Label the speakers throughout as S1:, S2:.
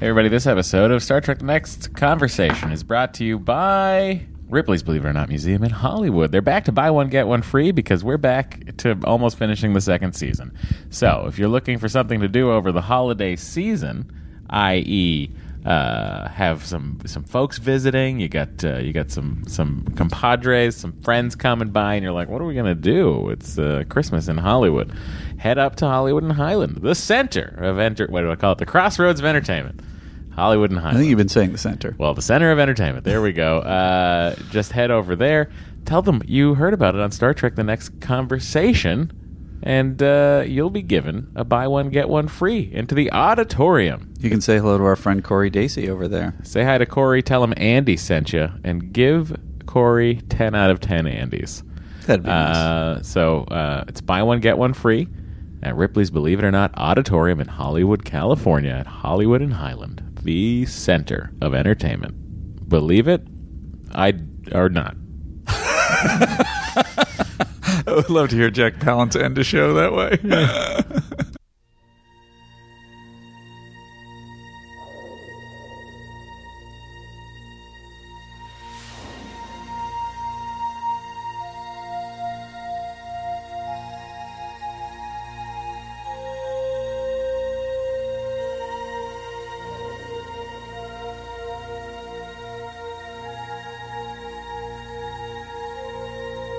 S1: Hey everybody, this episode of Star Trek The Next Conversation is brought to you by Ripley's Believe It or Not Museum in Hollywood. They're back to buy one, get one free because we're back to almost finishing the second season. So if you're looking for something to do over the holiday season, i.e., uh, have some some folks visiting. You got uh, you got some some compadres, some friends coming by, and you're like, "What are we gonna do?" It's uh, Christmas in Hollywood. Head up to Hollywood and Highland, the center of enter. What do I call it? The crossroads of entertainment. Hollywood and
S2: I
S1: Highland.
S2: think you've been saying the center.
S1: Well, the center of entertainment. There we go. Uh, just head over there. Tell them you heard about it on Star Trek: The Next Conversation, and uh, you'll be given a buy one get one free into the auditorium.
S2: You can say hello to our friend Corey Dacey over there.
S1: Say hi to Corey. Tell him Andy sent you, and give Corey ten out of ten Andys.
S2: That'd be nice.
S1: Uh, so uh, it's buy one get one free at Ripley's Believe It or Not Auditorium in Hollywood, California, at Hollywood and Highland, the center of entertainment. Believe it, I or not.
S2: I would love to hear Jack Palance end a show that way.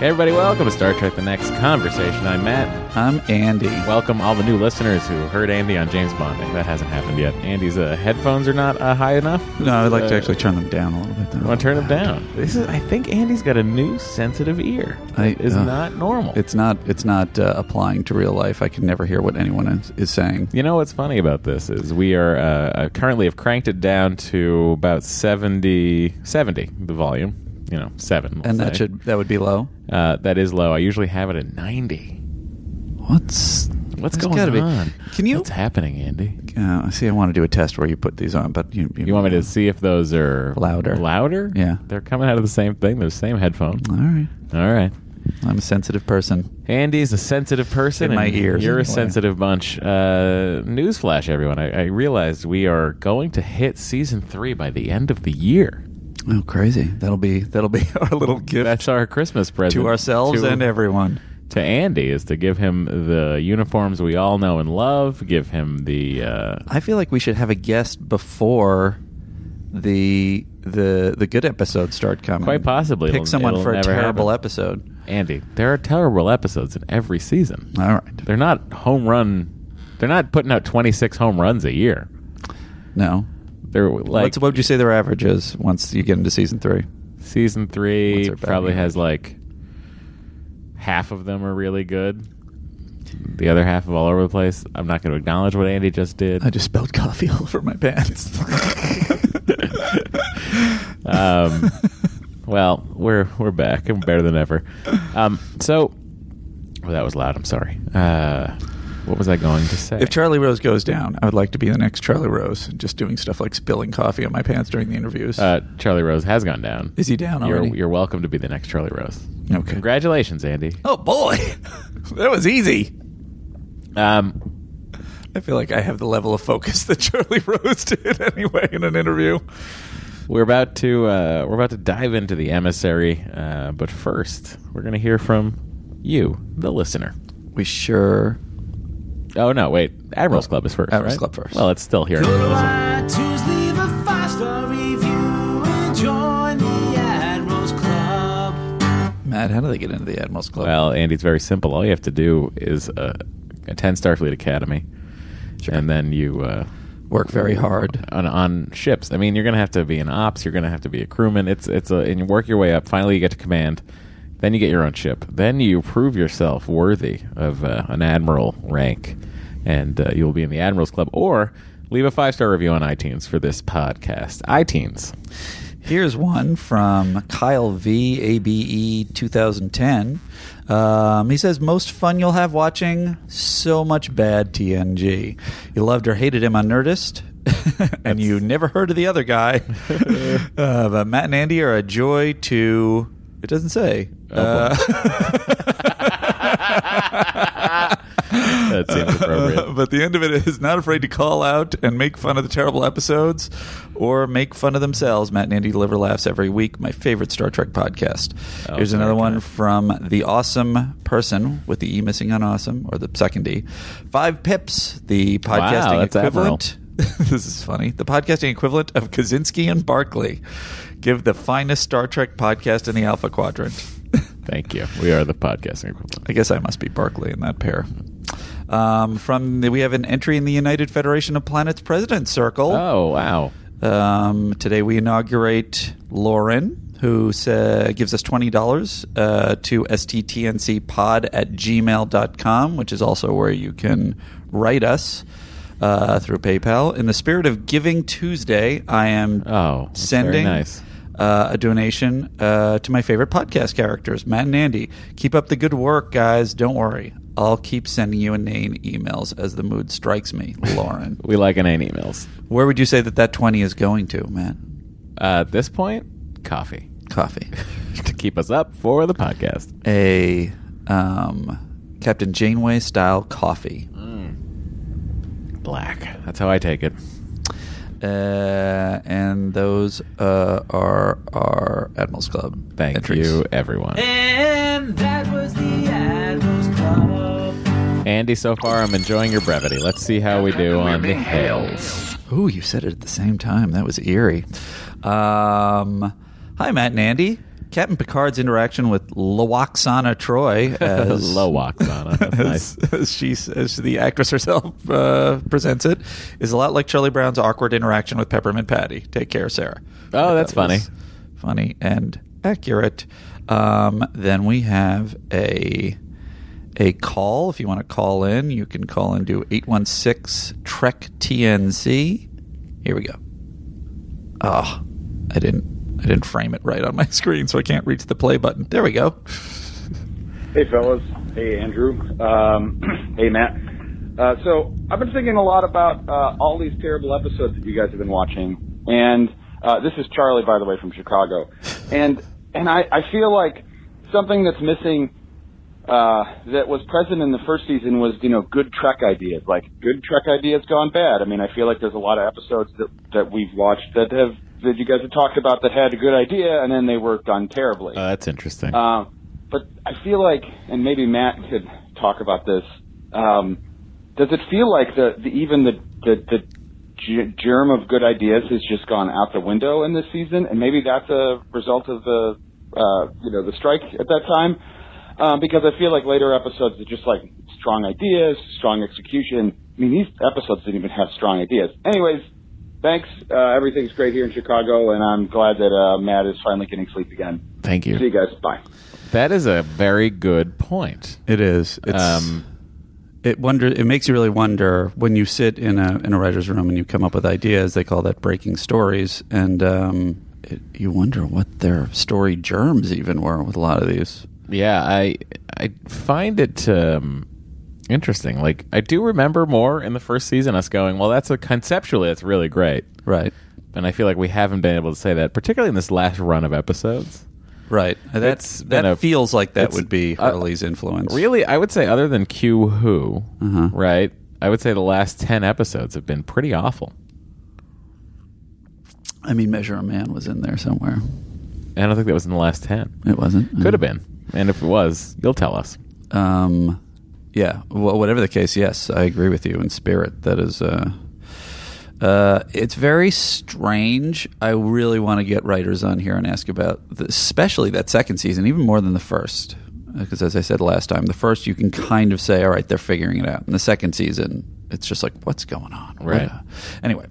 S1: Hey everybody, welcome to Star Trek The Next Conversation. I'm Matt.
S2: I'm Andy.
S1: Welcome all the new listeners who heard Andy on James Bond. That hasn't happened yet. Andy's uh, headphones are not uh, high enough.
S2: No, I'd like to
S1: Uh,
S2: actually turn them down a little bit.
S1: I want to turn them down. This is, I think Andy's got a new sensitive ear.
S2: I-
S1: It is
S2: uh,
S1: not normal.
S2: It's not. It's not uh, applying to real life. I can never hear what anyone is, is saying.
S1: you know what's funny about this is we are uh, uh, currently have cranked it down to about 70, 70 the volume. You know, 7 we'll
S2: And that
S1: say.
S2: should. That would be low.
S1: uh, that is low. I usually have it at ninety.
S2: What's
S1: What's
S2: there's
S1: going
S2: gotta be-
S1: on?
S2: Can you?
S1: What's happening, Andy?
S2: Uh, see, I want to do a test where you put these on, but you,
S1: You want me to see if those are
S2: Louder.
S1: Louder?
S2: Yeah.
S1: They're coming out of the same thing, the same headphone.
S2: All right.
S1: All right.
S2: I'm a sensitive person.
S1: Andy's a sensitive person.
S2: In my
S1: and
S2: ears,
S1: You're a
S2: anyway.
S1: sensitive bunch. Uh, newsflash, everyone. I, I realized we are going to hit season three by the end of the year.
S2: Oh, crazy! That'll be that'll be our little gift
S1: That's our Christmas present.
S2: to ourselves
S1: to,
S2: and everyone.
S1: to Andy is to give him the uniforms we all know and love, give him the. Uh,
S2: I feel like we should have a guest before the the the good episodes start coming.
S1: Quite possibly.
S2: pick
S1: It'll-
S2: someone
S1: it'll
S2: for a
S1: never
S2: terrible
S1: happen.
S2: episode.
S1: Andy, there are terrible episodes in every season.
S2: All right.
S1: They're not home run. They're not putting out 26 home runs a year.
S2: No.
S1: They're like
S2: What's, what would you say their average is once you get into season three?
S1: season
S2: What's
S1: three
S2: their bad
S1: probably
S2: year?
S1: has like half of them are really good. The other half of all over the place. I'm not going to acknowledge what Andy just did.
S2: I just spilled coffee all over my pants.
S1: Um, well, we're we're back. I'm better than ever. Um, so, well, that was loud. I'm sorry. Uh, what was I going to say?
S2: If Charlie Rose goes down, I would like to be the next Charlie Rose, just doing stuff like spilling coffee on my pants during the interviews.
S1: uh, Charlie Rose has gone down.
S2: Is he down
S1: you're,
S2: already?
S1: you're welcome to be the next Charlie Rose.
S2: okay.
S1: Congratulations, Andy.
S2: Oh boy, that was easy.
S1: Um,
S2: I feel like I have the level of focus that Charlie Rose did anyway in an interview.
S1: we're about to uh, we're about to dive into the emissary, uh, but first we're going to hear from you, the listener.
S2: We sure.
S1: Oh no, wait, Admiral's Club is first.
S2: Admiral's
S1: right?
S2: Club first.
S1: Well, it's still here.
S3: iTunes, leave a five-star review and join the Admirals Club.
S2: Matt, how do they get into the Admirals Club?
S1: Well, Andy, it's very simple. All you have to do is uh, attend Starfleet Academy,
S2: Sure.
S1: and then you uh,
S2: Work very hard.
S1: on on ships. I mean, you're going to have to be an ops. You're going to have to be a crewman. It's it's a and you work your way up. Finally, you get to command. Then you get your own ship. Then you prove yourself worthy of uh, an admiral rank, and uh, you'll be in the admirals club. Or leave a five star review on iTunes for this podcast. iTunes.
S2: Here's one from Kyle V. E, ABE 2010. Um, he says, Most fun you'll have watching? So much bad TNG. You loved or hated him on Nerdist, and you never heard of the other guy. uh, but Matt and Andy are a joy to. It doesn't say.
S1: Oh, boy.
S2: Uh,
S1: That seems appropriate.
S2: but the end of it is not afraid to call out and make fun of the terrible episodes or make fun of themselves. Matt and Andy deliver laughs every week. My favorite Star Trek podcast.
S1: Oh,
S2: Here's
S1: Star
S2: another one
S1: Trek.
S2: from the awesome person with the E missing on awesome or the second D. Five Pips, the podcasting
S1: that's
S2: equivalent. this is funny. The podcasting equivalent of Kaczynski and Barkley. Give the finest Star Trek podcast in the Alpha Quadrant.
S1: Thank you. We are the podcasting equivalent.
S2: I guess I must be Barkley in that pair. Um, from the, we have an entry in the United Federation of Planets President's Circle.
S1: Oh wow.
S2: Um, today we inaugurate Lauren, who sa- gives us $20 uh, to sttncpod at gmail.com, which is also where you can write us uh, through PayPal. In the spirit of Giving Tuesday, I am
S1: Oh, that's very
S2: sending
S1: nice.
S2: uh, a donation uh, to my favorite podcast characters, Matt and Andy. Keep up the good work, guys. Don't worry. I'll keep sending you inane emails as the mood strikes me, Lauren.
S1: We like inane emails.
S2: Where would you say that that 20 is going to, Matt?
S1: Uh, at this point, coffee
S2: Coffee.
S1: to keep us up for the podcast.
S2: A um, Captain Janeway style coffee.
S1: Black. That's how I take it.
S2: Uh, and those uh, are our Admirals Club.
S1: Thank
S2: entries.
S1: you, everyone.
S3: And that was the Admiral's Club.
S1: Andy, so far I'm enjoying your brevity. Let's see how we do on the hails.
S2: Ooh, you said it at the same time. That was eerie. Um, hi, Matt and Andy. Captain Picard's interaction with Lawaksana Troy as
S1: Low walks on it. That's nice.
S2: as, as she as the actress herself uh, presents it is a lot like Charlie Brown's awkward interaction with Peppermint Patty. Take care, Sarah.
S1: Oh, that's
S2: That was
S1: funny.
S2: funny and accurate. Um, then we have a a call. If you want to call in, you can call and do eight one six E Trek TNC. Here we go. Oh, I didn't I didn't frame it right on my screen, so I can't reach the play button. There we go.
S4: Hey, fellas. Hey, Andrew. Um, hey, Matt. Uh, so I've been thinking a lot about uh, all these terrible episodes that you guys have been watching, and uh, this is Charlie, by the way, from Chicago, and and I, I feel like something that's missing uh, that was present in the first season was you know good Trek ideas, like good Trek ideas gone bad. I mean, I feel like there's a lot of episodes that that we've watched that have that you guys have talked about that had a good idea and then they were done terribly.
S1: Oh, that's interesting.
S4: Um, but I feel like, and maybe Matt could talk about this. Um, does it feel like the, the even the the, the g- germ of good ideas has just gone out the window in this season, and maybe that's a result of the uh, you know the strike at that time? Um, because I feel like later episodes are just like strong ideas, strong execution. I mean, these episodes didn't even have strong ideas. Anyways, thanks. Uh, everything's great here in Chicago, and I'm glad that uh, Matt is finally getting sleep again.
S1: Thank
S4: See you
S1: you.
S4: guys. Bye.
S1: That is a very good point.
S2: It is. It's,
S1: Um,
S2: it wonder. It makes you really wonder when you sit in a in a writer's room and you come up with ideas. They call that breaking stories, and um, it, you wonder what their story germs even were with a lot of these.
S1: Yeah, I I find it um, interesting. Like I do remember more in the first season us going, well, that's a conceptually that's really great,
S2: Right.
S1: and I feel like we haven't been able to say that, particularly in this last run of episodes.
S2: Right. That's
S1: It's been
S2: that
S1: a-
S2: feels like that
S1: it's-
S2: would be
S1: uh,
S2: Hurley's influence.
S1: Really, I would say other than Q Who,
S2: Uh-huh.
S1: right? I would say the last ten episodes have been pretty awful,
S2: I mean, Measure a Man was in there somewhere.
S1: and I don't think that was in the last ten.
S2: It wasn't.
S1: Could have been, and if it was, you'll tell us.
S2: Um, yeah. Well, whatever the case, yes, I agree with you in spirit. That is, uh, uh, it's very strange. I really want to get writers on here and ask about, the, especially that second season, even more than the first. Because as I said last time, the first you can kind of say, all right, they're figuring it out. In the second season, it's just like, what's going on? What-
S1: Right.
S2: Anyway,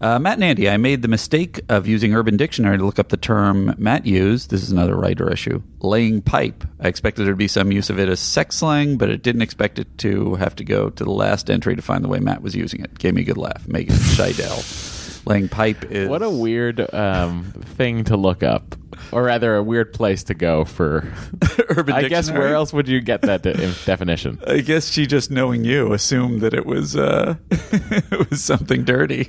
S2: uh, Matt and Andy, I made the mistake of using Urban Dictionary to look up the term Matt used. This is another writer issue. Laying pipe. I expected there to be some use of it as sex slang, but it didn't expect it to have to go to the last entry to find the way Matt was using it. Gave me a good laugh. Megan Scheidel. Playing pipe is
S1: What a weird um, thing to look up, or rather, a weird place to go for.
S2: urban.
S1: I guess where
S2: dictionary.
S1: else would you get that de- definition?
S2: I guess she just knowing you assumed that it was uh, it was something dirty.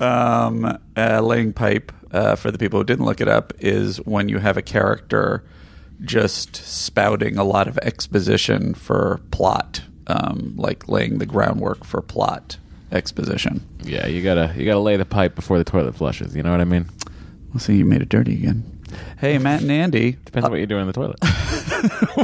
S2: um, uh, laying pipe uh, for the people who didn't look it up is when you have a character just spouting a lot of exposition for plot, um, like laying the groundwork for plot exposition.
S1: Yeah, you gotta you gotta lay the pipe before the toilet flushes. You know what I mean?
S2: We'll see. You made it dirty again. Hey, Matt and Andy.
S1: Depends on what you're doing in the toilet.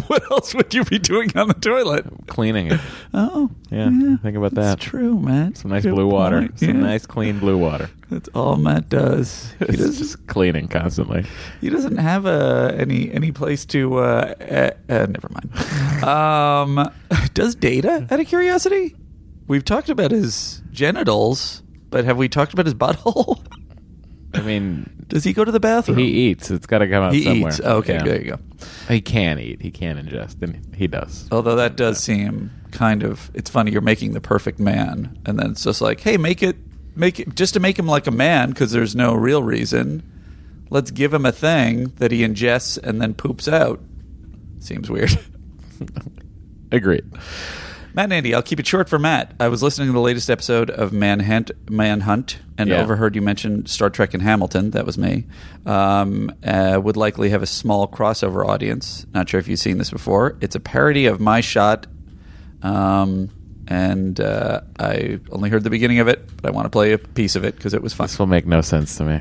S2: what else would you be doing on the toilet?
S1: Cleaning it.
S2: Oh,
S1: Yeah, think about that.
S2: That's true, Matt.
S1: Some nice
S2: Good
S1: blue water.
S2: point,
S1: Some
S2: yeah.
S1: nice clean blue water.
S2: That's all Matt does. He
S1: It's
S2: doesn't.
S1: just cleaning constantly.
S2: He doesn't have uh, any any place to. Uh, uh, uh, never mind. Um, does Data? Out of curiosity, we've talked about his genitals, but have we talked about his butthole?
S1: I mean,
S2: does he go to the bathroom?
S1: he eats. It's got to come out
S2: He
S1: somewhere.
S2: eats. Okay,
S1: Yeah.
S2: there you go.
S1: He can eat. He can ingest, and he does.
S2: Although that does seem kind of. It's funny. You're making the perfect man, and then it's just like, hey, make it, make it, just to make him like a man, because there's no real reason. Let's give him a thing that he ingests and then poops out. Seems weird.
S1: Agreed.
S2: Matt and Andy, I'll keep it short for Matt. I was listening to the latest episode of Manhunt, Manhunt, and
S1: Yeah.
S2: overheard you mention Star Trek and Hamilton. That was me. Um, uh, would likely have a small crossover audience. Not sure if you've seen this before. It's a parody of My Shot, um, and uh, I only heard the beginning of it, but I want to play a piece of it because it was fun.
S1: This will make no sense to me.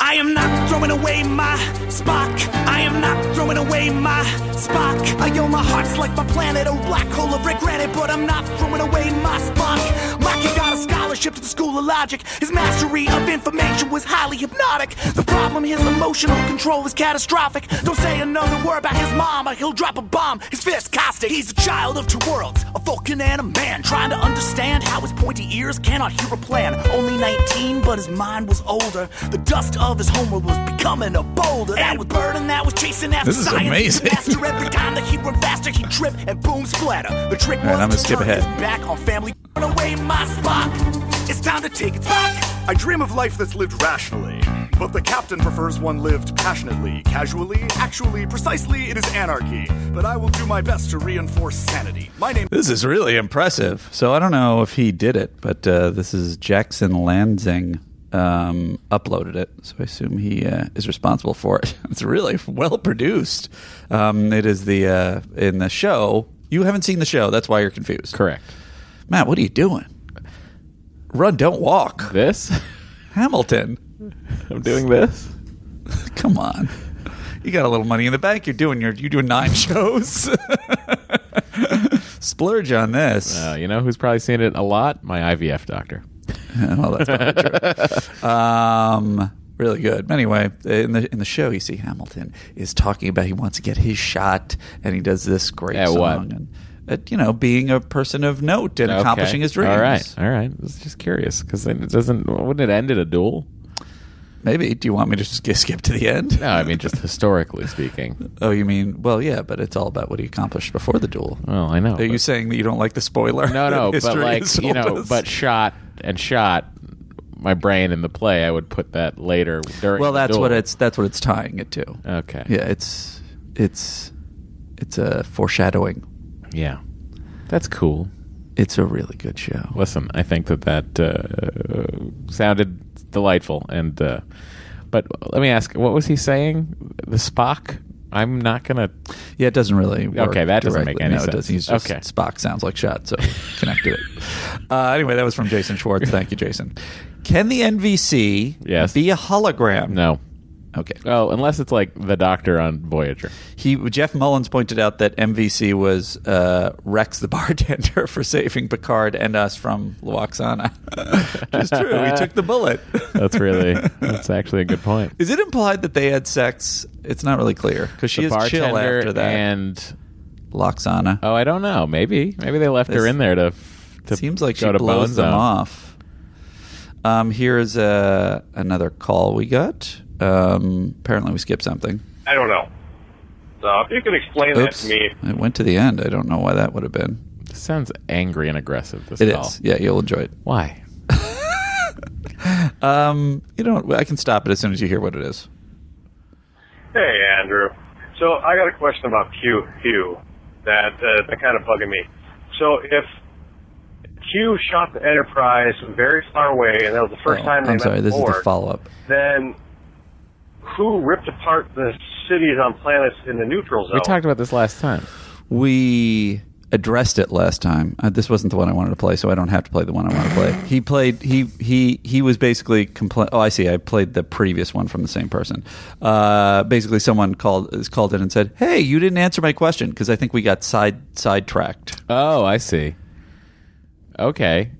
S5: I am not throwing away my spark. I am not throwing away my spark. I own my heart's like my planet, a black hole of regret it, but I'm not throwing away my spark. Maki got a scholarship to the School of Logic. His mastery of information was highly hypnotic. The problem, his emotional control is catastrophic. Don't say another word about his mom, or he'll drop a bomb. His fist caustic. He's a child of two worlds, a Vulcan and a man, trying to understand how his pointy ears cannot hear a plan. Only 19, but his mind was older. The dust of his homeworld was becoming a boulder. That was burden that was chasing after
S2: This is
S5: science.
S2: amazing.
S5: Master every time that he went faster, he tripped and boom splatter. The trick
S2: All right,
S5: was
S2: I'm gonna
S5: to
S2: skip
S5: turn
S2: ahead.
S5: his back on family. Run away my spot. It's time to take it back.
S6: I dream of life that's lived rationally, but the captain prefers one lived passionately, casually, actually, precisely, it is anarchy. But I will do my best to reinforce sanity. My name
S2: This is really impressive. So I don't know if he did it, but uh, this is Jackson Lansing um, uploaded it. So I assume he uh, is responsible for it. It's really well produced. Um, it is the uh, in the show. You haven't seen the show, that's why you're confused.
S1: Correct.
S2: Matt, what are you doing? Run, don't walk.
S1: This?
S2: Hamilton,
S1: I'm doing this?
S2: come on. You got a little money in the bank. You're doing your you doing nine shows. Splurge on this.
S1: Uh, you know who's probably seen it a lot? My IVF doctor.
S2: well, that's probably true. Um, really good. Anyway, in the in the show, you see Hamilton is talking about he wants to get his shot, and he does this great
S1: At
S2: song,
S1: what?
S2: and at, you know, being a person of note and accomplishing
S1: Okay.
S2: his dreams.
S1: All right. All right. I was just curious because it doesn't, wouldn't it end at a duel?
S2: Maybe. Do you want me to just get, skip to the end?
S1: No, I mean, just historically speaking.
S2: Oh, you mean? Well, yeah, but it's all about what he accomplished before the duel.
S1: Well, I know.
S2: Are you
S1: but-
S2: saying that you don't like the spoiler?
S1: No,
S2: that
S1: no, but
S2: history
S1: like
S2: has
S1: you
S2: told
S1: know,
S2: us?
S1: but shot and shot. My brain in the play, I would put that later during.
S2: well,
S1: the
S2: that's
S1: duel.
S2: what it's that's what it's tying it to.
S1: Okay.
S2: Yeah, it's it's it's a foreshadowing.
S1: Yeah. That's cool.
S2: It's a really good show.
S1: Listen, I think that that uh, sounded delightful, and uh, but let me ask, what was he saying? The Spock. I'm not gonna.
S2: Yeah, it doesn't really. Work
S1: Okay, that doesn't
S2: directly.
S1: make any
S2: no,
S1: sense.
S2: It doesn't. He's just
S1: Okay.
S2: Spock sounds like shot, so connected it. Uh, anyway, that was from Jason Schwartz. Thank you, Jason. Can the NVC
S1: Yes.
S2: be a hologram?
S1: No.
S2: Okay.
S1: Oh, unless it's like the Doctor on Voyager.
S2: He Jeff Mullins pointed out that MVC was uh, Rex the bartender for saving Picard and us from Luoxana. It's true. He took the bullet.
S1: That's really. that's actually a good point.
S2: Is it implied that they had sex? It's not really clear because she
S1: The
S2: is chill
S1: bartender
S2: after that.
S1: and
S2: Loxana.
S1: Oh, I don't know. Maybe maybe they left her
S2: This-
S1: in there to. to
S2: Seems like
S1: go
S2: she
S1: to Bone
S2: blows them
S1: Zone.
S2: off. Um, here's uh, another call we got. Um, apparently, we skipped something.
S7: I don't know. So if you can explain
S2: Oops,
S7: that to me,
S2: it went to the end. I don't know why that would have been.
S1: This sounds angry and aggressive. This
S2: It is.
S1: call.
S2: Yeah, you'll enjoy it.
S1: Why?
S2: Um, you don't. I can stop it as soon as you hear what it is.
S7: Hey, Andrew. So I got a question about Q Hugh that uh, that kind of bugging me. So if Q shot the Enterprise very far away, and that was the first
S2: Oh,
S7: time they
S2: I'm
S7: met
S2: sorry. This is
S7: Borg,
S2: the follow up.
S7: Then who ripped apart the cities on planets in the neutral zone?
S1: We talked about this last time.
S2: We addressed it last time. Uh, this wasn't the one I wanted to play, so I don't have to play the one I want to play. He played. He he he was basically compla Oh, I see. I played the previous one from the same person. Uh, basically, someone called is called in and said, "Hey, you didn't answer my question because I think we got side sidetracked."
S1: Oh, I see. Okay.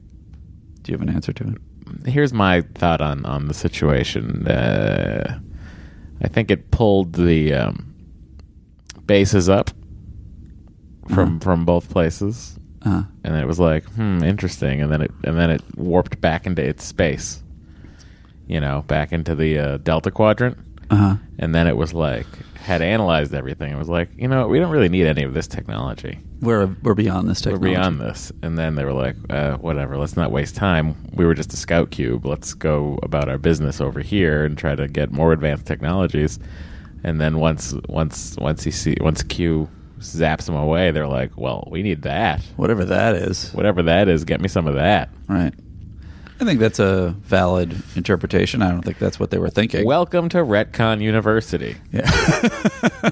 S2: Do you have an answer to it?
S1: Here's my thought on on the situation. Uh, I think it pulled the um, bases up
S2: Mm-hmm.
S1: from from both places,
S2: Uh,
S1: and it was like, hmm, interesting. And then it and then it warped back into its space. You know, back into the uh, Delta Quadrant.
S2: uh-huh.
S1: And then it was like, had analyzed everything. It was like, you know, we don't really need any of this technology.
S2: We're we're beyond this
S1: We're
S2: technology.
S1: beyond this. And then they were like, uh, whatever, let's not waste time. We were just a scout cube. Let's go about our business over here and try to get more advanced technologies. And then once once once he see once Q zaps them away, they're like, well, we need that.
S2: Whatever that is.
S1: Whatever that is, get me some of that.
S2: Right. I think that's a valid interpretation. I don't think that's what they were thinking.
S1: Welcome to Retcon University.
S2: yeah.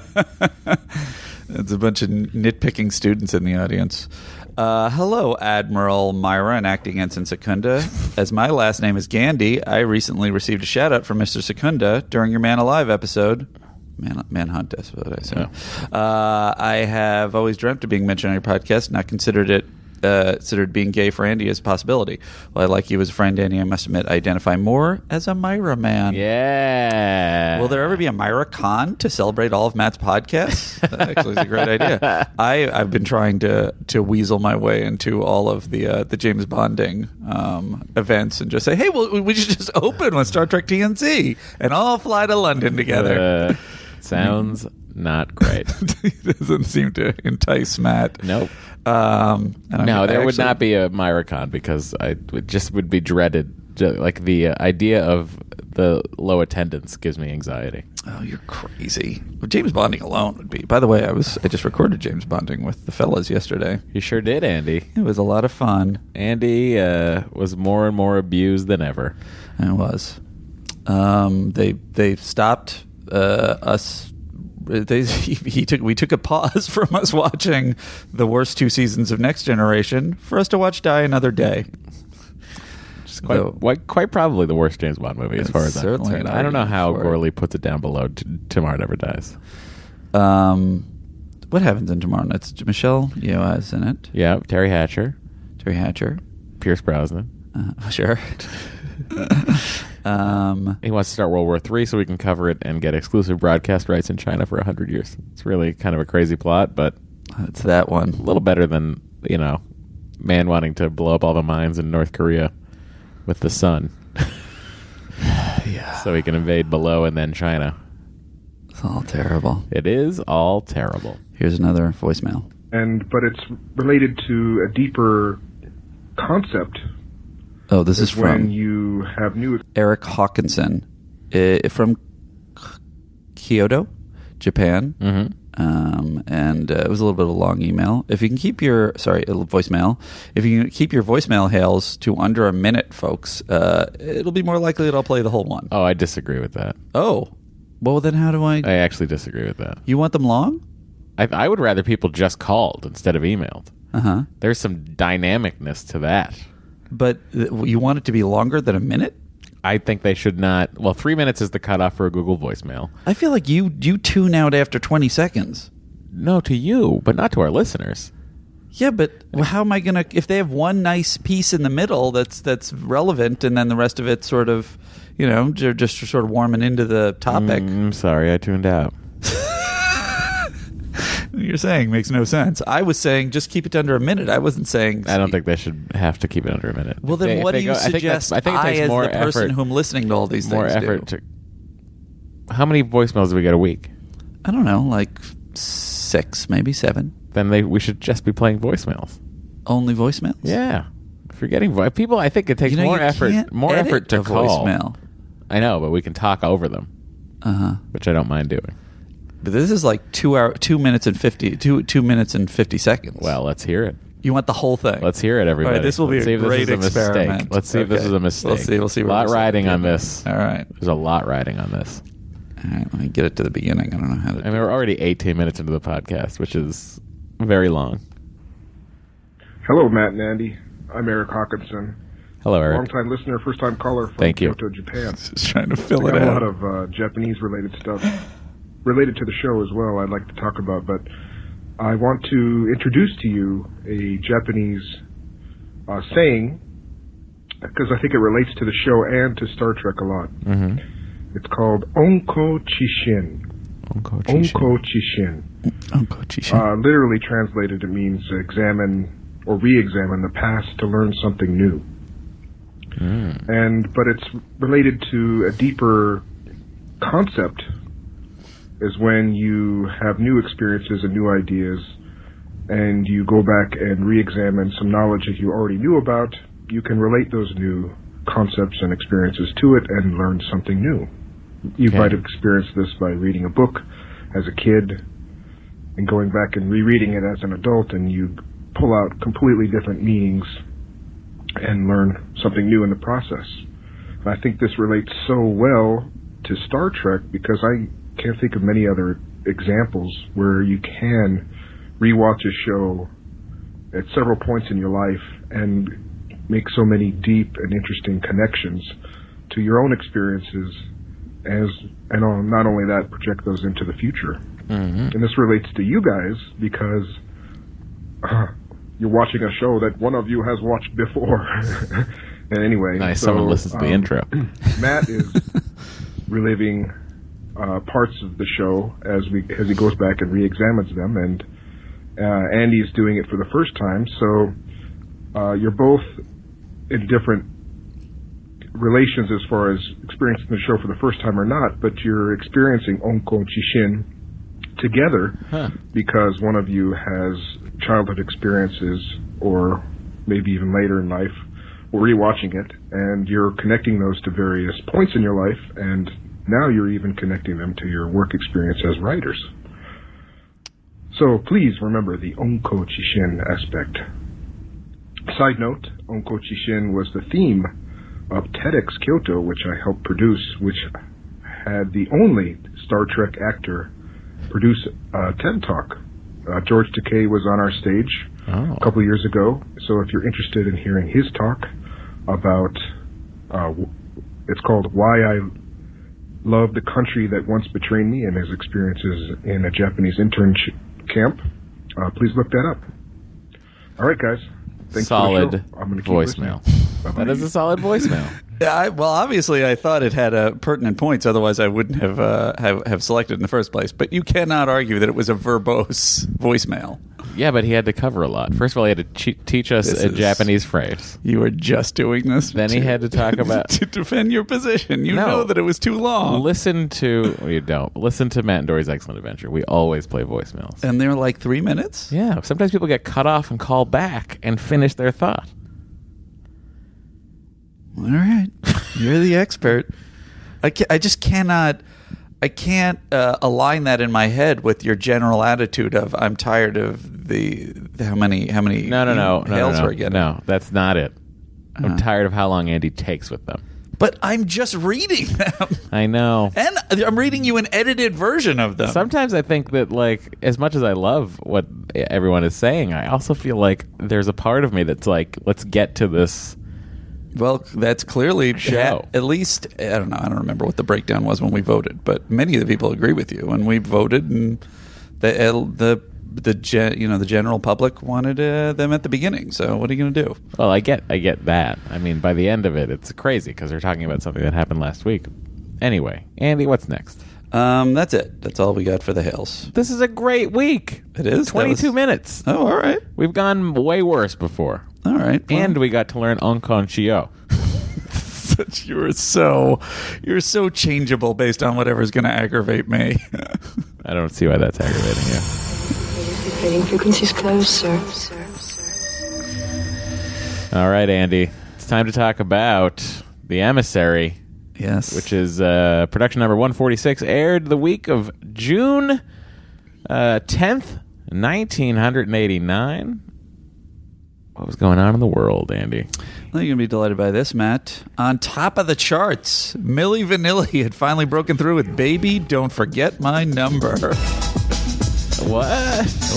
S2: it's a bunch of nitpicking students in the audience. Uh, hello, Admiral Myra and Acting Ensign Secunda. As my last name is Gandhi, I recently received a shout out from Mr. Secunda during your Man Alive episode. Man, Manhunt, that's what I said. Uh, I have always dreamt of being mentioned on your podcast, not considered it uh, considered being gay for Andy as a possibility. While I like you as a friend, Andy, I must admit I identify more as a Myra man.
S1: Yeah.
S2: Will there ever be a Myra Con to celebrate all of Matt's podcasts? That actually is a great idea. I, I've been trying to to weasel my way into all of the uh, the James Bonding um, events and just say, hey, well, we should just open with Star Trek TNC and all fly to London together.
S1: Uh, sounds not great.
S2: Doesn't seem to entice Matt.
S1: Nope.
S2: Um, and I-
S1: No, there
S2: I
S1: would
S2: actually-
S1: not be a Myricon because I it just would be dreaded. Ju- Like the uh, idea of the low attendance gives me anxiety.
S2: Oh, you're crazy. Well, James Bonding alone would be. By the way, I was I just recorded James Bonding with the fellas yesterday.
S1: You sure did, Andy.
S2: It was a lot of fun.
S1: Andy uh, was more and more abused than ever.
S2: It was. Um, they they stopped uh, us. They he, he took we took a pause from us watching the worst two seasons of Next Generation for us to watch Die Another Day.
S1: Just quite,
S2: Though-
S1: quite, quite probably the worst James Bond movie as
S2: It's
S1: far as I'm
S2: certainly
S1: concerned.
S2: an
S1: I don't know
S2: argument
S1: how
S2: for it.
S1: Gorley puts it down below. T- Tomorrow never dies.
S2: Um, what happens in tomorrow? It's Michelle Yeoh's in it.
S1: Yeah, Terry Hatcher,
S2: Terry Hatcher.
S1: Pierce Brosnan.
S2: Uh, sure. um,
S1: He wants to start World War III so we can cover it and get exclusive broadcast rights in China for hundred years. It's really kind of a crazy plot, but
S2: it's that one.
S1: a little better than you know man wanting to blow up all the mines in north korea with the sun
S2: Yeah.
S1: so he can invade below and then china
S2: It's all terrible.
S1: it is all terrible
S2: Here's another voicemail.
S8: and but it's related to a deeper concept
S2: Oh, this is
S8: when
S2: from
S8: you have new
S2: Eric Hawkinson uh, from K- Kyoto, Japan.
S1: mm-hmm.
S2: Um, and uh, it was a little bit of a long email. If you can keep your sorry a little voicemail, if you can keep your voicemail hails to under a minute, folks, uh, it'll be more likely that I'll play the whole one.
S1: oh i disagree with that
S2: Oh, well then how do I?
S1: i actually disagree with that
S2: You want them long?
S1: i, I would rather people just called instead of emailed
S2: Uh huh.
S1: there's some dynamicness to that
S2: But th- you want it to be longer than a minute?
S1: i think they should not well three minutes is the cutoff for a google voicemail
S2: I feel like you you tune out after twenty seconds.
S1: no to you but not to our listeners
S2: Yeah, but how am I gonna if they have one nice piece in the middle that's that's relevant, and then the rest of it sort of, you know, j- just sort of warming into the topic?
S1: Mm, i'm sorry i tuned out
S2: You're saying makes no sense. I was saying just keep it under a minute. I wasn't saying.
S1: I don't think they should have to keep it under a minute.
S2: Well,
S1: If
S2: then
S1: they- if
S2: what
S1: they
S2: do you
S1: go- I think that's-
S2: suggest? I,
S1: I think it takes
S2: as
S1: more
S2: the person
S1: effort,
S2: who I'm listening to all these
S1: more
S2: things
S1: effort
S2: do.
S1: to. How many voicemails do we get a week?
S2: I don't know, like six, maybe seven.
S1: Then they we should just be playing voicemails.
S2: Only voicemails.
S1: Yeah, if If you're getting vo- people, I think it takes
S2: You know,
S1: more
S2: you
S1: effort,
S2: can't
S1: more
S2: edit
S1: effort to
S2: a
S1: call.
S2: voicemail.
S1: I know, but we can talk over them,
S2: Uh huh.
S1: which I don't mind doing.
S2: But this is like two hour, two minutes and fifty, two two minutes and fifty seconds.
S1: Well, let's hear it.
S2: you want the whole thing.
S1: Let's hear it, everybody.
S2: All right, this will be
S1: Let's
S2: a
S1: see if
S2: great
S1: this is a
S2: experiment.
S1: mistake. Let's see if this
S2: Okay.
S1: is a mistake.
S2: We'll see. We'll see.
S1: A
S2: where
S1: lot
S2: this is.
S1: riding on this.
S2: All right.
S1: There's a lot riding on this.
S2: All right. Let me get it to the beginning. I don't know how to.
S1: I mean, we're already 18 minutes into the podcast, which is very long.
S8: Hello, Matt and Andy. I'm Eric Hawkinson,
S1: Hello, Eric.
S8: longtime listener, first time caller from
S1: Thank you.
S8: Kyoto, Japan.
S2: just trying to fill
S8: I
S2: it
S8: got a
S2: out.
S8: lot of uh, Japanese related stuff related to the show as well. I'd like to talk about, but I want to introduce to you a Japanese uh, saying because I think it relates to the show and to Star Trek a lot.
S1: Mm-hmm.
S8: It's called onko chishin.
S9: Oh,
S8: Onko chishin.
S2: Uncle Chishin.
S8: Uh, literally translated, it means examine or re-examine the past to learn something new. and but it's related to a deeper concept is when you have new experiences and new ideas and you go back and re-examine some knowledge that you already knew about you can relate those new concepts and experiences to it and learn something new you
S1: Okay.
S8: might have experienced this by reading a book as a kid and going back and rereading it as an adult and you pull out completely different meanings and learn something new in the process. And I think this relates so well to Star Trek because I can't think of many other examples where you can rewatch a show at several points in your life and make so many deep and interesting connections to your own experiences as and on, not only that project those into the future.
S1: Mm-hmm.
S8: And this relates to you guys because uh, you're watching a show that one of you has watched before. and anyway,
S1: Nice.
S8: so,
S1: Someone listens to the
S8: um,
S1: intro.
S8: Matt is reliving uh, parts of the show as we as he goes back and re-examines them, and uh, Andy's doing it for the first time. So uh, you're both in different relations as far as experiencing the show for the first time or not, but you're experiencing Onko Chishin together
S1: Huh.
S8: because one of you has childhood experiences or maybe even later in life or rewatching it and you're connecting those to various points in your life and now you're even connecting them to your work experience as writers. So please remember the Onko Chishin aspect. Side note, Onko Chishin was the theme of TEDx Kyoto, which I helped produce, which had the only Star Trek actor produce a TED Talk. Uh, George Takei was on our stage
S1: Oh.
S8: a couple of years ago, so if you're interested in hearing his talk about, uh, w- it's called Why I Love the Country That Once Betrayed Me and his experiences in a Japanese internship camp, uh, please look that up. All right, guys. Thanks for
S1: Solid
S8: the show. I'm gonna keep
S1: voicemail.
S8: listening.
S1: That is a solid voicemail.
S2: Yeah, I, well, obviously, I thought it had uh, pertinent points. Otherwise, I wouldn't have, uh, have have selected in the first place. But you cannot argue that it was a verbose voicemail.
S1: Yeah, but he had to cover a lot. First of all, he had to che- teach us
S2: This
S1: a
S2: is-
S1: Japanese phrase.
S2: You were just doing this.
S1: Then he had to talk about-
S2: to defend your position. You
S1: No.
S2: know that it was too long.
S1: Listen to well, you don't listen to Matt and Dory's Excellent Adventure. We always play voicemails.
S2: and they're like three minutes.
S1: Yeah, sometimes people get cut off and call back and finish their thought.
S2: All right, you're the expert. I ca I just cannot. I can't uh, align that in my head with your general attitude of I'm tired of the how many how many
S1: No, no, no, no,
S2: hails
S1: no,
S2: we're
S1: no,
S2: getting.
S1: no. That's not it.
S2: Uh-huh.
S1: I'm tired of how long Andy takes with them.
S2: But I'm just reading them.
S1: I know.
S2: And I'm reading you an edited version of them.
S1: Sometimes I think that, like, as much as I love what everyone is saying, I also feel like there's a part of me that's like, let's get to this.
S2: well, that's clearly
S1: Show.
S2: At, at least I don't know. I don't remember what the breakdown was when we voted, but many of the people agree with you, and we voted, and the el- the the gen, you know the general public wanted uh, them at the beginning. So what are you going to do?
S1: Well, I get, I get that. I mean, by the end of it, it's crazy because they're talking about something that happened last week. Anyway, Andy, what's next?
S2: Um, that's it. That's all we got for the hails.
S1: This is a great week.
S2: It is That
S1: 22
S2: was-
S1: minutes.
S2: Oh, all right,
S1: We've gone way worse before.
S2: all right. Well,
S1: And we got to learn Onkon Shio.
S2: such you are so you're so changeable based on whatever's going to aggravate me.
S1: I don't see why that's aggravating you.
S9: Trading frequencies closed, sir. sir, sir.
S1: All right, Andy. It's time to talk about The Emissary,
S2: Yes.
S1: which is uh, production number 146, aired the week of June uh, 10th, 1989. What was going on in the world, Andy?
S2: I think you're going to be delighted by this, Matt. On top of the charts, Millie Vanilli had finally broken through with Baby Don't Forget My Number.
S1: What?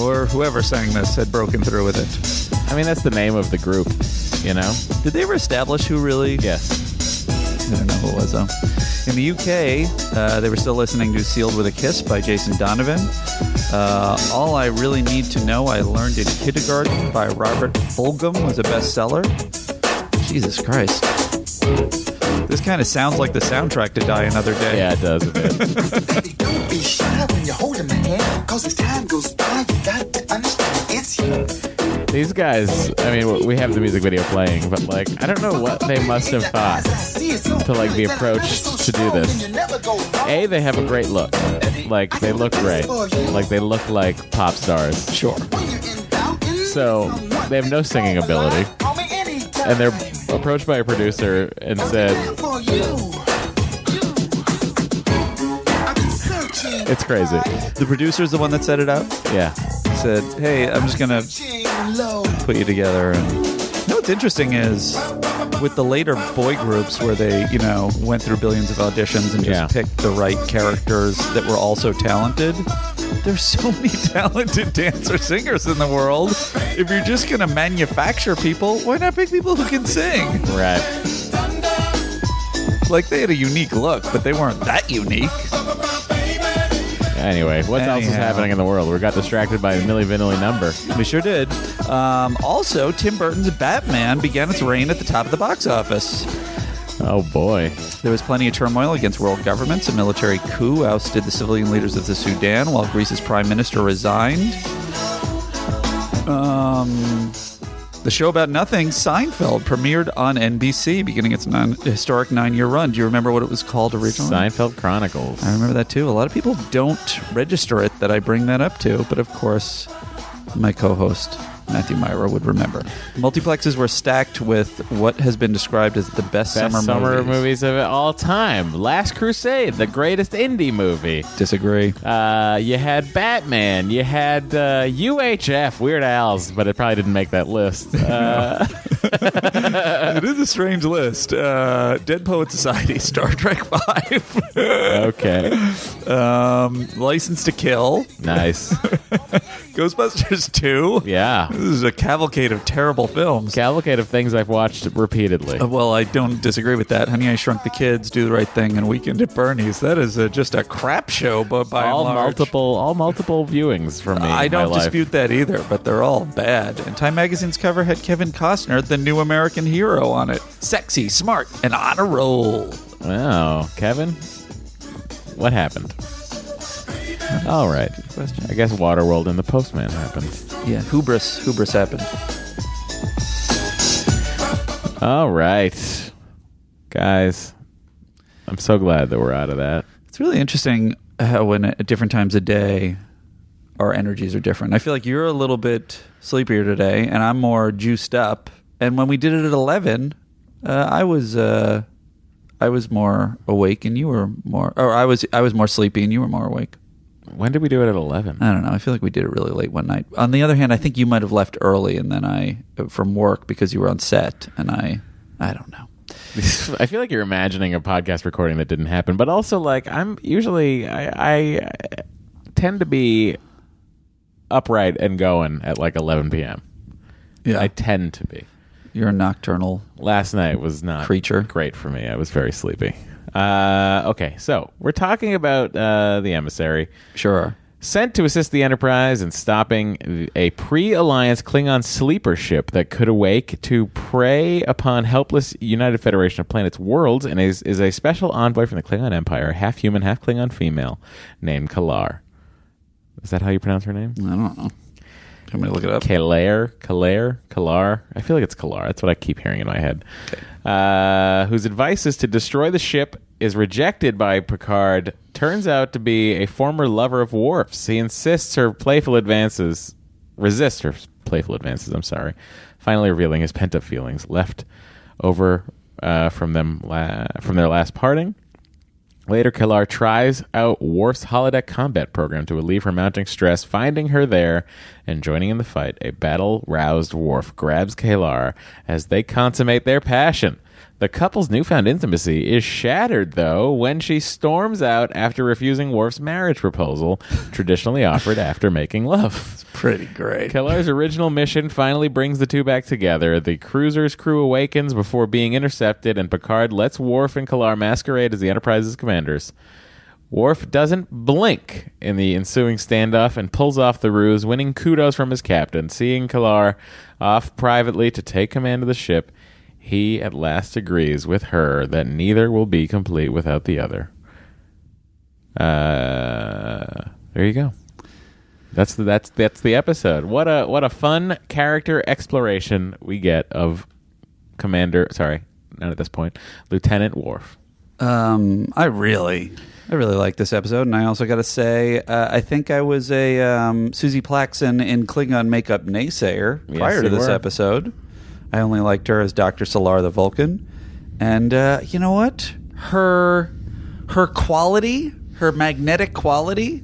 S2: or whoever sang this had broken through with it.
S1: I mean, that's the name of the group, you know?
S2: Did they ever establish who really?
S1: Yes.
S2: I don't know who it was, though. In the UK, uh, they were still listening to Sealed with a Kiss by Jason Donovan. Uh, All I Really Need to Know I Learned in Kindergarten by Robert Fulghum was a bestseller. Jesus Christ. This kind of sounds like the soundtrack to Die Another Day.
S1: Yeah, it does. a bit.
S9: Baby, don't be shy when you're holding my hand. Cause as time goes by, you got to understand it's here.
S1: These guys, I mean, w- we have the music video playing, but, like, I don't know what they must have thought.
S9: to
S1: like, be approached to do this. A, they have a great look. Like, they look great. Like, they look like pop stars.
S2: Sure.
S1: So, they have no singing ability. And they're approached by a producer and said, It's crazy.
S2: The producer's the one that set it up.
S1: Yeah.
S2: Said, hey, I'm just going to put you together. And you know what's interesting is with the later boy groups where they, you know, went through billions of auditions and just
S1: Yeah.
S2: picked the right characters that were also talented. There's so many talented dancer singers in the world. If you're just gonna manufacture people, why not pick people who can sing?
S1: Right.
S2: Like they had a unique look, but they weren't that unique.
S1: Anyway, what else is
S2: Anyhow.
S1: happening in the world? We got distracted by the Millie Vanilli number.
S2: We sure did. Um, also, Tim Burton's Batman began its reign at the top of the box office.
S1: Oh, boy.
S2: There was plenty of turmoil against world governments. A military coup ousted the civilian leaders of the Sudan while Greece's prime minister resigned. Um, the show about nothing, Seinfeld, premiered on NBC, beginning its nine, historic nine-year run. Do you remember what it was called originally?
S1: Seinfeld Chronicles.
S2: I remember that too. A lot of people don't register it that I bring that up to, but of course, my co host, Matthew Myra, would remember. Multiplexes were stacked with what has been described as the best,
S1: Best
S2: summer,
S1: summer, movies. of all time. Last Crusade, the greatest indie movie.
S2: Disagree.
S1: Uh, you had Batman. You had uh, UHF, Weird Al's, but it probably didn't make that list. Uh,
S2: it is a strange list. Uh, Dead Poet Society, Star Trek Five,
S1: okay,
S2: um, License to Kill,
S1: nice.
S2: Ghostbusters Two.
S1: Yeah,
S2: This is a cavalcade of terrible films.
S1: cavalcade of things I've watched repeatedly.
S2: Uh, well, I don't disagree with that. Honey, I Shrunk the Kids, Do the Right Thing, and Weekend at Bernie's. That is a, just a crap show, but by
S1: all
S2: and large,
S1: multiple, all multiple viewings for me.
S2: I
S1: in my
S2: don't
S1: life.
S2: dispute that either, but they're all bad. And Time Magazine's cover had Kevin Costner, the new American hero, on it. Sexy, smart, and on a roll.
S1: Wow, Kevin, what happened? All right,
S2: Question.
S1: I guess Waterworld and the Postman happened.
S2: Yeah, hubris, hubris happened.
S1: All right, guys, I'm so glad that we're out of that.
S2: It's really interesting how, when at different times of day, our energies are different. I feel like you're a little bit sleepier today, and I'm more juiced up. And when we did it at eleven, uh, I was uh, I was more awake, and you were more, or I was I was more sleepy, and you were more awake.
S1: When did we do it at 11?
S2: I don't know. I feel like we did it really late one night. On the other hand, I think you might have left early, and then I uh, from work because you were on set, and I I don't know.
S1: I feel like you're imagining a podcast recording that didn't happen, but also like I'm usually I, I tend to be upright and going at like 11 p.m.
S2: Yeah,
S1: I tend to be.
S2: you're a nocturnal.
S1: Last night was not
S2: Creature.
S1: great for me. I was very sleepy. Uh, okay, so we're talking about uh, the emissary
S2: Sure.
S1: sent to assist the Enterprise in stopping a pre-alliance Klingon sleeper ship that could awake to prey upon helpless United Federation of Planets worlds, and is, is a special envoy from the Klingon Empire, half human, half Klingon female, named Kalar. Is that how you pronounce her name?
S2: I don't know. Can we look it up?
S1: Kalair, Kalair, Kalar. I feel like it's Kalar. That's what I keep hearing in my head. Uh, whose advice is to destroy the ship is rejected by Picard. Turns out to be a former lover of Worf's. He insists her playful advances, resists her playful advances. I'm sorry. finally revealing his pent up feelings left over uh, from them la- from their last parting. Later, Kellar tries out Worf's holodeck combat program to relieve her mounting stress, finding her there and joining in the fight. A battle roused Worf grabs Kellar as they consummate their passion. The couple's newfound intimacy is shattered, though, when she storms out after refusing Worf's marriage proposal, traditionally offered after making love.
S2: Pretty great.
S1: Kellar's original mission finally brings the two back together. The cruiser's crew awakens before being intercepted, and Picard lets Worf and Kellar masquerade as the Enterprise's commanders. Worf doesn't blink in the ensuing standoff and pulls off the ruse, winning kudos from his captain. Seeing Kellar off privately to take command of the ship, he at last agrees with her that neither will be complete without the other. Uh, there you go. That's the, that's that's the episode. What a what a fun character exploration we get of Commander. Sorry, not at this point, Lieutenant Worf.
S2: Um, I really, I really like this episode, and I also got to say, uh, I think I was a um, Susie Plaxen in Klingon makeup naysayer
S1: Yes,
S2: prior to
S1: you
S2: this
S1: were.
S2: episode. I only liked her as Doctor Solar the Vulcan, and uh, you know what? Her, her quality, her magnetic quality,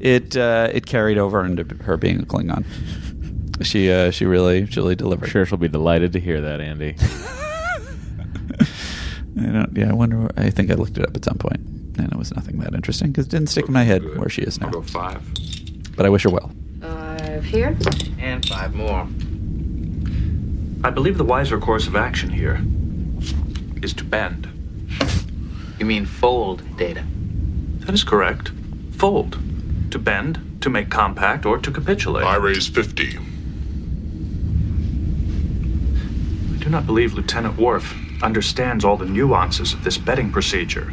S2: it uh, it carried over into her being a Klingon. She uh, she really she really delivered.
S1: Sure, she'll be delighted to hear that, Andy.
S2: I don't. Yeah, I wonder. I think I looked it up at some point, and it was nothing that interesting because it didn't stick in my head where she is now.
S10: five.
S2: But I wish her well.
S11: Uh,
S12: Five here.
S10: And five more. I believe the wiser course of action here is to bend. You mean fold, Data? That is correct. Fold. To bend, to make compact, or to capitulate. I raise 50. I do not believe Lieutenant Worf understands all the nuances of this betting procedure.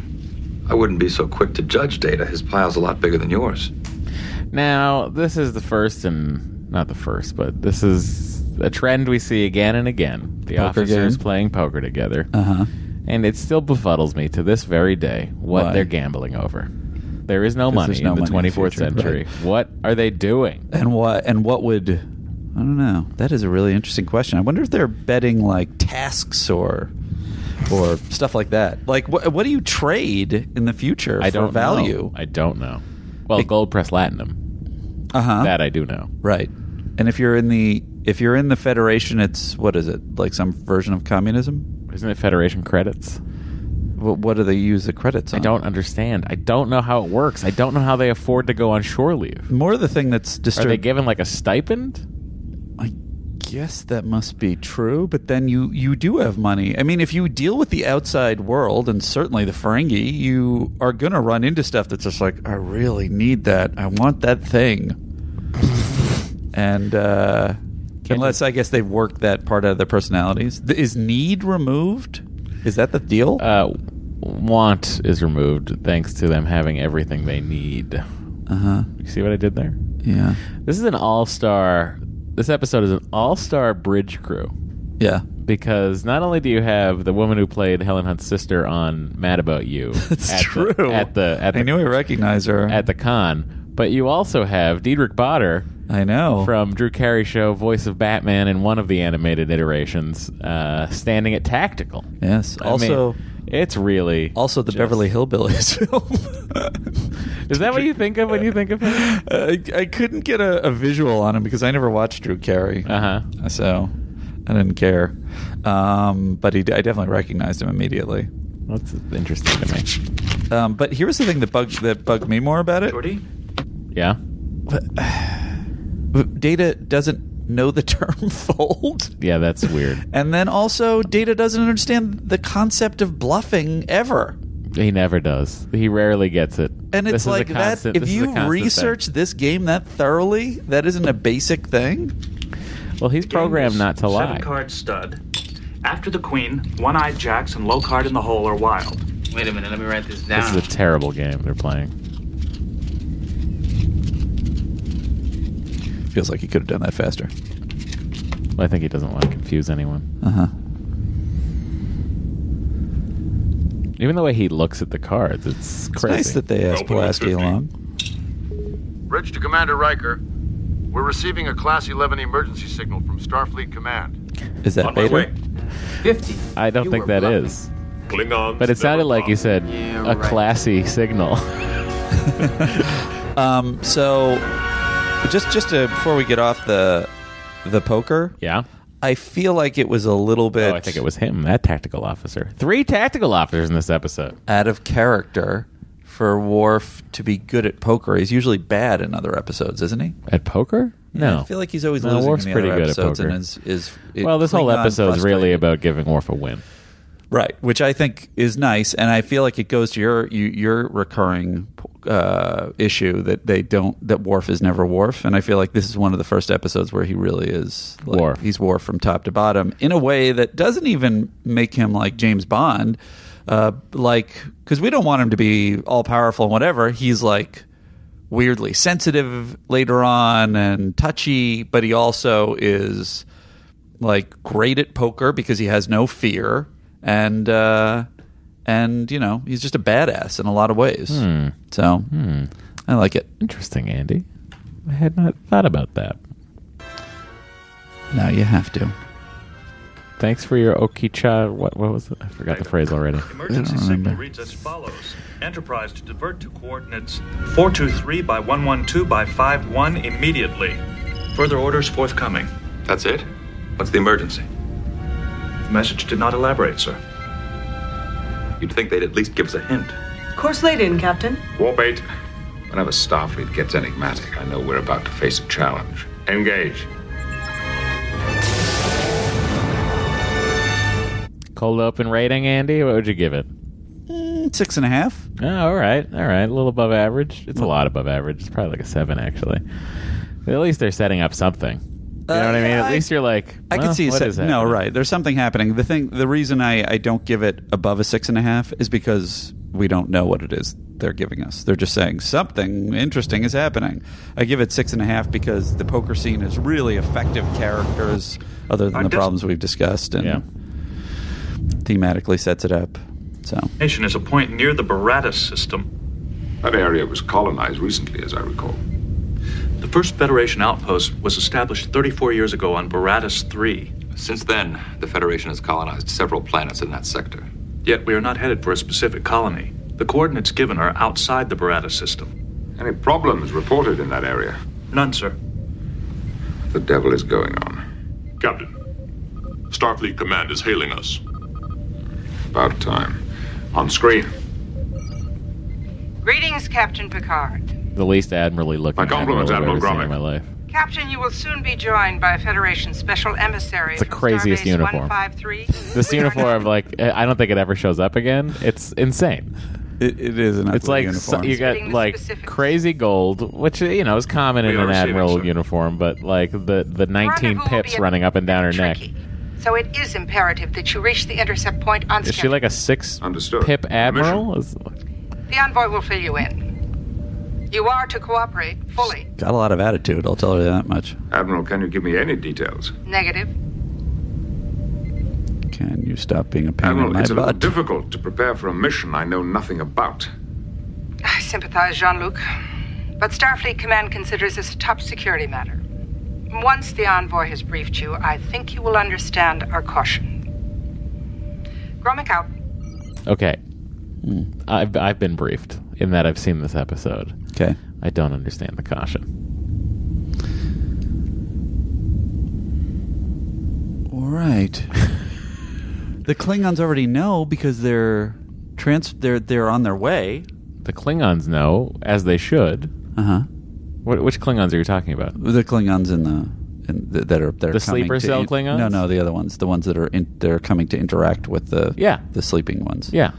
S13: I wouldn't be so quick to judge Data. His pile's a lot bigger than yours.
S1: Now, this is the first and not the first, but this is a trend we see again and again. The
S2: Poker
S1: officers
S2: game?
S1: playing poker together.
S2: Uh huh.
S1: And it still befuddles me to this very day what
S2: Why?
S1: they're gambling over. There is no
S2: 'Cause
S1: money
S2: there's no
S1: in the
S2: money in the
S1: 24th
S2: future,
S1: century. What are they doing?
S2: And what? And what would? I don't know. That is a really interesting question. I wonder if they're betting like tasks or, or stuff like that. Like, what what do you trade in the future
S1: I
S2: for
S1: don't
S2: value?
S1: Know. I don't know. Well, gold press latinum.
S2: Uh huh.
S1: That I do know.
S2: Right. And if you're in the if you're in the Federation, it's what is it like some version of communism?
S1: Isn't it Federation credits?
S2: What, what do they use the credits on?
S1: I don't understand. I don't know how it works. I don't know how they afford to go on shore leave.
S2: More the thing that's
S1: Are
S2: disturbing.
S1: they given like a stipend?
S2: I guess that must be true, but then you you do have money. I mean, if you deal with the outside world and certainly the Ferengi, you are gonna run into stuff that's just like, I really need that. I want that thing. and uh, unless I guess they've worked that part out of their personalities, Th- is need removed? Is that the deal?
S1: Uh, want is removed thanks to them having everything they need.
S2: huh.
S1: You see what I did there?
S2: Uh-huh. Yeah.
S1: This is an all star. This episode is an all star bridge crew
S2: Yeah.
S1: because not only do you have the woman who played Helen Hunt's sister on Mad About You,
S2: That's
S1: at
S2: true.
S1: The, at the at the
S2: I knew I recognized her.
S1: at the con, but you also have Diedrich Botter
S2: I know.
S1: from Drew Carey Show, voice of Batman in one of the animated iterations, uh, standing at tactical.
S2: yes.
S1: I
S2: Also
S1: mean, it's really
S2: also the
S1: just-
S2: Beverly Hillbillies film.
S1: Is that what you think of when you think of him?
S2: I, I couldn't get a, a visual on him because I never watched Drew Carey,
S1: Uh huh.
S2: so I didn't care. Um, but he, d- I definitely recognized him immediately.
S1: That's interesting to me.
S2: Um, but here's the thing that bugged that bugged me more about it:
S10: Jordy?
S1: Yeah.
S2: Data doesn't know the term fold,
S1: Yeah, that's weird.
S2: and then also Data doesn't understand the concept of bluffing ever.
S1: He never does. He rarely gets it.
S2: And
S1: This
S2: it's
S1: is a
S2: like
S1: constant-
S2: that. If
S1: this is a
S2: you
S1: constant thing.
S2: research this game that thoroughly, that isn't a basic thing.
S1: well, he's programmed not to lie.
S10: Seven card stud. After the queen, one eyed jacks and low card in the hole are wild.
S12: Wait a minute, let me write this down.
S1: This is a terrible game they're playing.
S2: Feels like he could have done that faster.
S1: I think he doesn't want to confuse anyone.
S2: Uh huh.
S1: Even the way he looks at the cards, it's
S2: It's
S1: crazy.
S2: nice that they asked
S13: Open with
S2: Pulaski
S13: 50.
S2: along.
S13: Bridge to Commander Riker.
S14: We're receiving a Class 11 emergency signal from Starfleet Command.
S1: Is that
S14: way.
S1: Vader?
S14: 50.
S1: I don't think that is.
S14: Klingons.
S1: But it sounded like you said a
S2: right.
S1: classy signal. Oh,
S2: um, so just just to, before we get off the the poker,
S1: yeah, Oh,
S2: I feel like it was a little bit.
S1: I think it was him, that tactical officer. Three tactical officers in this episode.
S2: Out of character for Worf to be good at poker. He's usually bad in other episodes, isn't he?
S1: At poker? No.
S2: I feel like he's always
S1: No,
S2: losing
S1: Worf's
S2: in the
S1: pretty
S2: other
S1: good at
S2: episodes
S1: poker.
S2: and is, is it-
S1: well, this whole
S2: Klingon
S1: episode's
S2: frustrated.
S1: really about giving Worf a win.
S2: Right, which I think is nice, and I feel like it goes to your you, your recurring uh, issue that they don't that Worf is never Worf, and I feel like this is one of the first episodes where he really is like, Worf. He's Worf from top to bottom in a way that doesn't even make him like James Bond, uh, like because we don't want him to be all powerful and whatever. He's like weirdly sensitive later on and touchy, but he also is like great at poker because he has no fear and uh and you know he's just a badass in a lot of ways
S1: Hmm.
S2: so
S1: Hmm.
S2: i like it
S1: interesting andy I had not thought about that.
S2: Now you have to.
S1: Thanks for your Okicha. What, what was it? I forgot the phrase already.
S10: Emergency signal reads as follows Enterprise to divert to coordinates 423 by 112 by 51 immediately. Further orders forthcoming.
S13: That's it? What's the emergency?
S10: The message did not elaborate, sir.
S13: You'd think they'd at least give us a hint.
S15: Of course they didn't, Captain.
S13: Warp 8. Whenever Starfleet gets enigmatic, I know we're about to face a challenge. Engage.
S1: Cold open rating, Andy. What would you give it?
S2: Mm, six and a half.
S1: Oh, all right, all right. A little above average. It's a lot above average. It's probably like a seven, actually. At least they're setting up something. You know
S2: Uh,
S1: what I mean? At least you're like,
S2: i
S1: well,
S2: can see
S1: what
S2: se-
S1: is
S2: no right there's something happening the thing the reason I, I don't give it above a six and a half is because we don't know what it is they're giving us they're just saying something interesting is happening i give it six and a half because the poker scene is really effective characters other than
S10: I
S2: the
S10: dis-
S2: problems we've discussed and thematically sets it up so
S10: Nation is a point near the Baratus system.
S13: That area was colonized recently, as I recall.
S10: The first Federation outpost was established 34 years ago on Baratus 3.
S13: Since then, the Federation has colonized several planets in that sector.
S10: Yet we are not headed for a specific colony. The coordinates given are outside the Baratus system.
S13: Any problems reported in that area?
S10: None, sir.
S13: The devil is going on.
S16: Captain, Starfleet Command is hailing us.
S13: About time. On screen.
S17: Greetings, Captain Picard.
S1: The least admirably looking. My
S13: compliments,
S1: admiral I've ever
S13: Admiral
S1: seen in my life.
S17: Captain, you will soon be joined by Federation Special Emissary.
S1: It's the
S17: from
S1: craziest
S17: Starbase
S1: uniform.
S17: 153.
S1: This uniform, like, I don't think it ever shows up again. It's insane.
S2: It, it is an
S1: It's
S2: ugly
S1: like
S2: uniform.
S1: so- you got like crazy gold, which you know is common
S2: We
S1: in
S2: are
S1: an
S2: receiving,
S1: admiral uniform, but like the the 19 pips running up and down her neck.
S17: So it is imperative that you reach the intercept point on
S1: Is she
S17: schedule.
S1: like a six pip admiral? Is-
S17: The envoy will fill you in. You are to cooperate fully.
S2: got a lot of attitude i'll tell her that much
S13: Admiral, can you give me any details?
S17: Negative.
S2: can you stop being a pain in
S13: Admiral,
S2: my
S13: it's a little
S2: butt
S13: difficult to prepare for a mission I know nothing about.
S17: I sympathize, Jean Luc. But Starfleet Command considers this a top security matter. Once the envoy has briefed you, I think you will understand our caution. Gromick out.
S1: Okay, I've I've been briefed in that I've seen this episode.
S2: Okay,
S1: I don't understand the caution.
S2: All right. the Klingons already know because they're trans they're they're on their way.
S1: The Klingons know as they should.
S2: Uh huh.
S1: What, which Klingons are you talking about?
S2: The Klingons in the in the, that are that are
S1: The
S2: coming
S1: sleeper
S2: to
S1: cell
S2: in-
S1: Klingons?
S2: No, no, the other ones, the ones that are in, they're coming to interact with the
S1: Yeah.
S2: the sleeping ones.
S1: Yeah.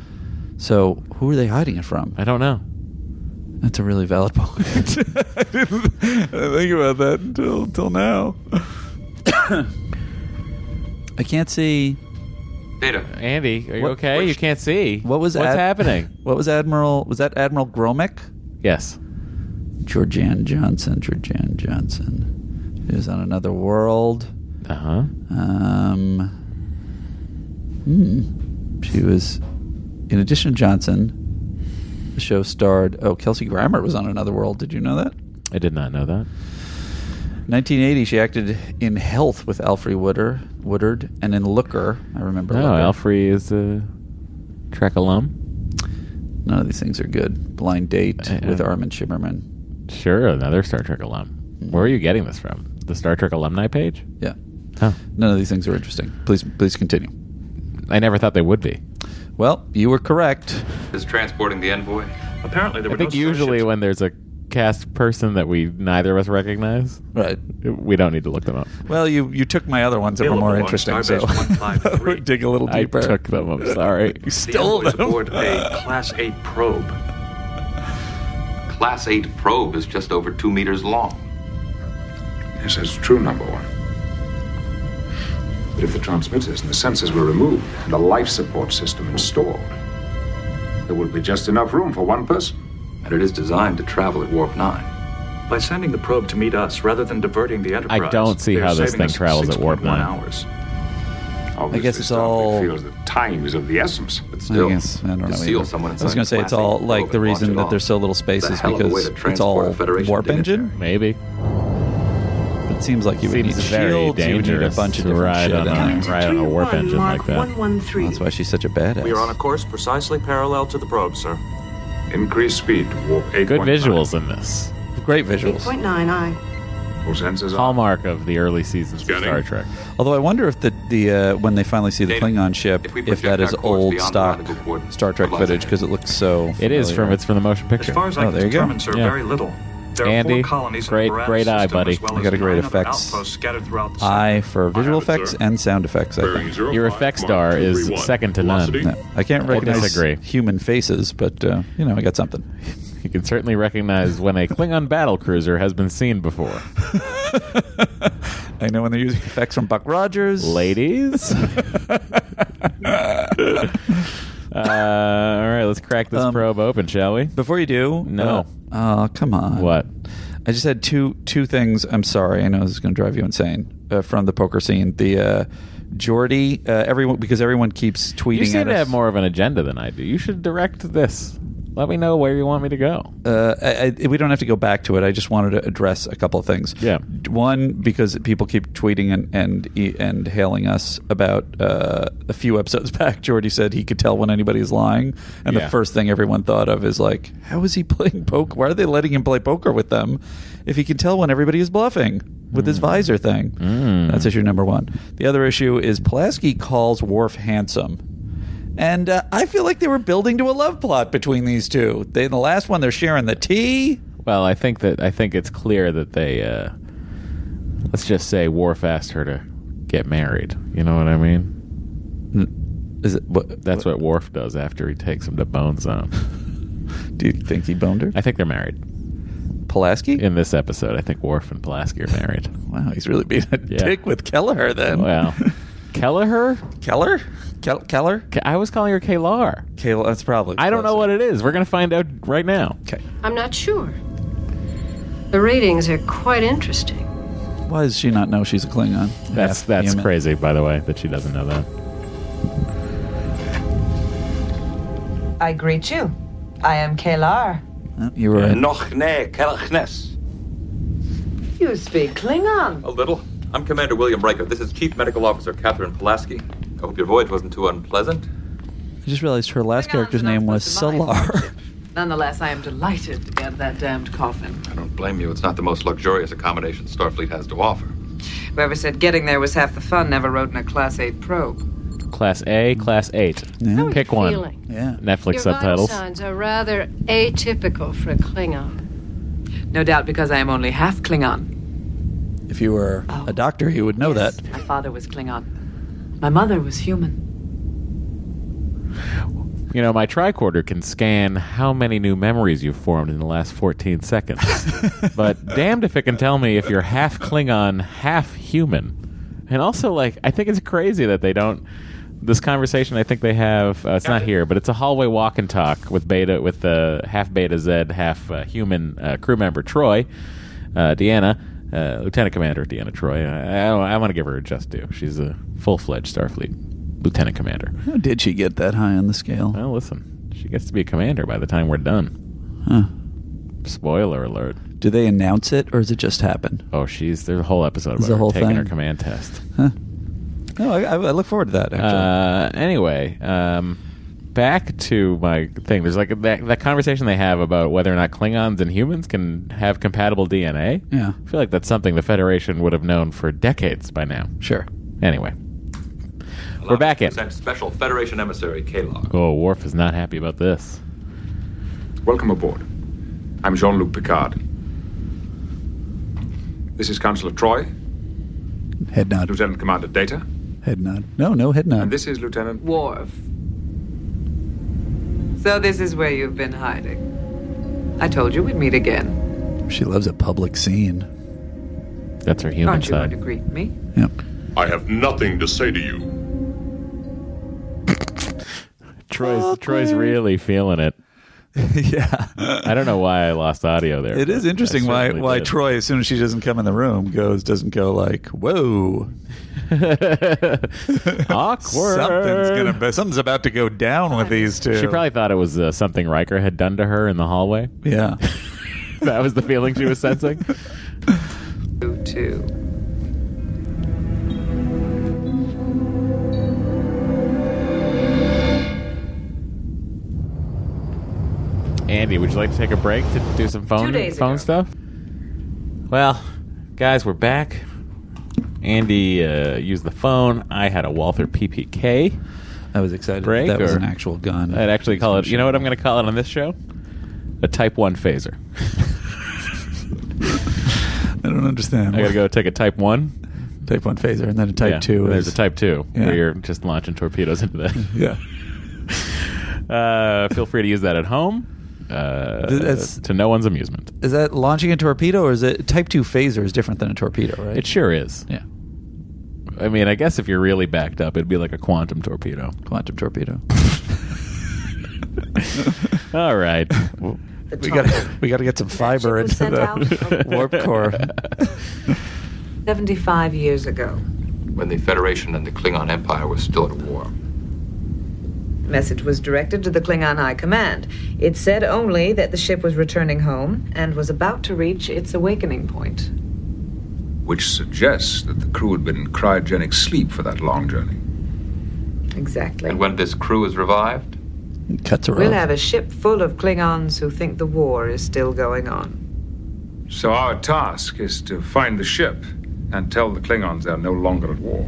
S2: So who are they hiding it from?
S1: I don't know.
S2: That's a really valid point. I didn't think about that until until now. I can't see.
S13: Data.
S1: Andy, are you
S2: What-
S1: okay? you can't see.
S2: What was
S1: What's
S2: Ad-
S1: happening?
S2: What was Admiral? Was that Admiral Gromick?
S1: Yes.
S2: Georgian Johnson. Georgian Johnson. He was on another world.
S1: Uh huh.
S2: Um. Hmm. She was, in addition to Johnson, the show starred. Oh, Kelsey Grammer was on another world. Did you know that?
S1: I did not know that.
S2: 1980, she acted in Health with Alfred Woodard, Woodard and in Looker. I remember.
S1: No,
S2: Looker.
S1: Alfrey is a Trek alum. Uh,
S2: None of these things are good. Blind Date with Armin Shimmerman. Mm-hmm.
S1: Sure, another Star Trek alum. Where are you getting this from? The Star Trek alumni page?
S2: Yeah.
S1: Huh.
S2: None of these things are interesting. Please, please continue.
S1: I never thought they would be.
S2: Well, you were correct.
S13: Is transporting the envoy? Apparently, there
S1: I
S13: were
S1: think
S13: no
S1: usually when there's a cast person that we neither of us recognize,
S2: right?
S1: We don't need to look them up.
S2: Well, you you took my other ones that were more interesting. So dig a little
S1: I
S2: deeper.
S1: took them. I'm sorry.
S2: You
S13: The
S2: stole
S13: envoy's
S2: them.
S13: aboard a Class 8 probe. Class 8 probe is just over two meters long.
S14: This is true, number one. But if the transmitters and the sensors were removed and a life support system installed, there would be just enough room for one person.
S13: And it is designed to travel at warp 9. By sending the probe to meet us rather than diverting the Enterprise,
S1: I don't see
S13: they are
S1: how this
S13: saving
S1: thing
S13: us
S1: travels at warp
S13: 6.1
S1: nine.
S13: hours.
S2: I guess it's all.
S14: Feels that time is of the essence. But
S2: I guess I don't know. either. I was going to say it's all like the reason that there's so little space is
S14: hell of a way
S2: because
S14: to
S2: it's all
S14: transport Federation
S2: warp
S14: dignity.
S2: engine.
S1: Maybe.
S2: It seems like you would
S1: Seems
S2: need
S1: very
S2: shields. You would need a
S1: dangerous
S2: bunch of
S1: to
S2: different
S1: ride
S2: shit
S1: on
S2: in
S1: a-
S2: there.
S1: ride on a warp Three, one, engine like Mark that.
S2: That's why she's such a
S10: We are
S2: badass.
S10: on a course precisely parallel to the probe, sir.
S14: Increased speed to warp 8.9.
S1: Good visuals in this.
S2: Great visuals.
S15: 8.9 I.
S14: Full sensors on.
S13: uh,
S1: Hallmark of the early seasons of Star Trek.
S2: Although I wonder if the the uh, when they finally see the Klingon ship, if, that is old stock Star Trek footage because it looks so.
S1: It is
S2: familiar.
S1: from it's from the motion picture.
S2: far as
S1: oh,
S2: I can
S1: there you go.
S2: determine, sir, very
S10: Little. There are
S1: Andy,
S10: four colonies in
S1: great,
S10: the Barad
S1: great eye,
S10: system,
S1: buddy.
S10: as well
S2: You got a great effects eye for visual effects and sound effects. I think
S1: Your effects star is second to none.
S2: No, I can't recognize
S1: disagree.
S2: human faces, but uh, you know I got something.
S1: You can certainly recognize when a Klingon battle cruiser has been seen before.
S2: I know when they're using effects from Buck Rogers.
S1: Ladies? Uh, all right, let's crack this probe open, shall we?
S2: Um, Before you do,
S1: no.
S2: Oh, come on.
S1: What?
S2: I just had two two things. I'm sorry. I know this is going to drive you insane. Uh, from the poker scene, the uh, Jordy, uh, everyone because everyone keeps tweeting.
S1: you seem
S2: at
S1: to
S2: us.
S1: have more of an agenda than I do. You should direct this. Let me know where you want me to go.
S2: Uh, I, I, we don't have to go back to it. I just wanted to address a couple of things.
S1: Yeah.
S2: One, because people keep tweeting and and e, and hailing us about uh, a few episodes back. Jordy said he could tell when anybody is lying, and
S1: Yeah.
S2: the first thing everyone thought of is like, how is he playing poker? Why are they letting him play poker with them if he can tell when everybody is bluffing with
S1: Hmm.
S2: his visor thing? That's issue number one. The other issue is Pulaski calls Worf handsome. And uh, I feel like they were building to a love plot between these two. They, in the last one, they're sharing the tea.
S1: Well, I think that I think it's clear that they uh, let's just say Worf asked her to get married. You know what I mean?
S2: Is it? What,
S1: That's what, Worf does after he takes him to Bone Zone.
S2: Do you think he boned her?
S1: I think they're married.
S2: Pulaski
S1: in this episode. I think Worf and Pulaski are married.
S2: wow, he's really being a dick with Kelleher then.
S1: Wow. Kelleher?
S2: Keller? Kel- Keller?
S1: I was calling her Kalar.
S2: Kayla, that's probably.
S1: I don't know what it is. We're going to find out right now.
S2: Okay.
S11: I'm not sure. The ratings are quite interesting.
S2: Why does she not know she's a Klingon?
S1: That's
S2: Half
S1: that's
S2: human.
S1: crazy, by the way, that she doesn't know that.
S18: I greet you. I am Kalar.
S2: Oh, You were in.
S10: Nochne Kelchnes.
S18: You speak Klingon.
S10: A little. I'm Commander William Riker. This is Chief Medical Officer Catherine Pulaski. I hope your voyage wasn't too unpleasant.
S2: I just realized her last character's name was Salar.
S17: Nonetheless, I am delighted to get out of that damned coffin.
S13: I don't blame you. It's not the most luxurious accommodation Starfleet has to offer.
S17: Whoever said getting there was half the fun never rode in a Class 8 probe.
S1: Class A, Class 8.
S11: How are
S1: Pick
S11: you
S1: one.
S11: feeling?
S2: Yeah.
S1: Netflix
S11: Your
S1: subtitles.
S11: vital signs are rather atypical for a Klingon.
S17: No doubt because I am only half Klingon.
S2: If you were a doctor, you would know that.
S17: My father was Klingon. My mother was human.
S1: You know, my tricorder can scan how many new memories you've formed in the last 14 seconds. but damned if it can tell me if you're half Klingon, half human. And also, like, I think it's crazy that they don't. This conversation, I think they have. Uh, it's not here, but it's a hallway walk and talk with Beta, with the half Beta Z, half uh, human uh, crew member Troy, uh, Deanna, uh, Lieutenant Commander Deanna Troy. I, I, I want to give her a just due. She's a full fledged Starfleet Lieutenant Commander.
S2: How did she get that high on the scale?
S1: Well, listen, she gets to be a commander by the time we're done.
S2: Huh.
S1: Spoiler alert.
S2: Do they announce it or does it just happen?
S1: Oh, she's there's a whole episode
S2: There's
S1: about
S2: a whole
S1: her taking
S2: thing.
S1: her command test.
S2: Huh. No, I, I I look forward to that. Actually,
S1: Uh, anyway, um, back to my thing. There's like that, that conversation they have about whether or not Klingons and humans can have compatible DNA.
S2: Yeah.
S1: I feel like that's something the Federation would have known for decades by now.
S2: Sure.
S1: Anyway, we're back in.
S10: Present Special Federation Emissary Kalog.
S1: Oh, Worf is not happy about this.
S14: Welcome aboard. I'm Jean Luc Picard. This is Counselor Troy,
S2: head nod,
S14: Lieutenant Commander Data,
S2: head nod. No, no head nod.
S14: and this is Lieutenant
S18: Worf. So this is where you've been hiding. I told you we'd meet again.
S2: She loves a public scene.
S1: That's her
S18: Aren't you going to greet me?
S16: I have nothing to say to you.
S1: Troy's Troy's really feeling it.
S2: yeah.
S1: I don't know why I lost audio there.
S2: It
S1: but
S2: is
S1: I
S2: interesting why
S1: certainly
S2: why
S1: did.
S2: Troy, as soon as she doesn't come in the room, goes doesn't go like whoa.
S1: Awkward.
S2: Something's gonna be, something's about to go down with these two.
S1: She probably thought it was uh, something Riker had done to her in the hallway.
S2: Yeah.
S1: that was the feeling she was sensing.
S18: You too.
S1: Andy, would you like to take a break to do some phone
S18: Two days
S1: phone
S18: ago.
S1: stuff? Well, guys, we're back. Andy uh, used the phone. I had a Walther PPK.
S2: I was excited.
S1: Break
S2: that was
S1: or-
S2: an actual gun.
S1: I'd actually call it. You know what I'm going to call it on this show? A Type One phaser.
S2: I don't understand.
S1: I got to go take a Type One.
S2: Type one phaser and then a type
S1: Yeah,
S2: two.
S1: and There's
S2: is-
S1: a Type Two
S2: Yeah.
S1: where you're just launching torpedoes into the.
S2: Yeah.
S1: Uh, feel free to use that at home. Uh,
S2: Th- that's-
S1: to no one's amusement.
S2: Is that launching a torpedo or is it type two phaser is different than a torpedo, right?
S1: It sure is.
S2: Yeah.
S1: I mean, I guess if you're really backed up, it'd be like a quantum torpedo.
S2: Quantum torpedo.
S1: All right.
S2: we got we got to get some fiber into
S18: sent
S2: the
S18: out.
S2: warp core.
S18: 75 years ago.
S10: When the Federation and the Klingon Empire were still at war.
S18: Message was directed to the Klingon High Command. It said only that the ship was returning home and was about to reach its awakening point.
S13: which suggests that the crew had been in cryogenic sleep for that long journey.
S18: Exactly.
S10: And when this crew is revived,
S2: Cuts her
S18: We'll
S2: off.
S18: have a ship full of Klingons who think the war is still going on.
S13: So our task is to find the ship and tell the Klingons they're no longer at war.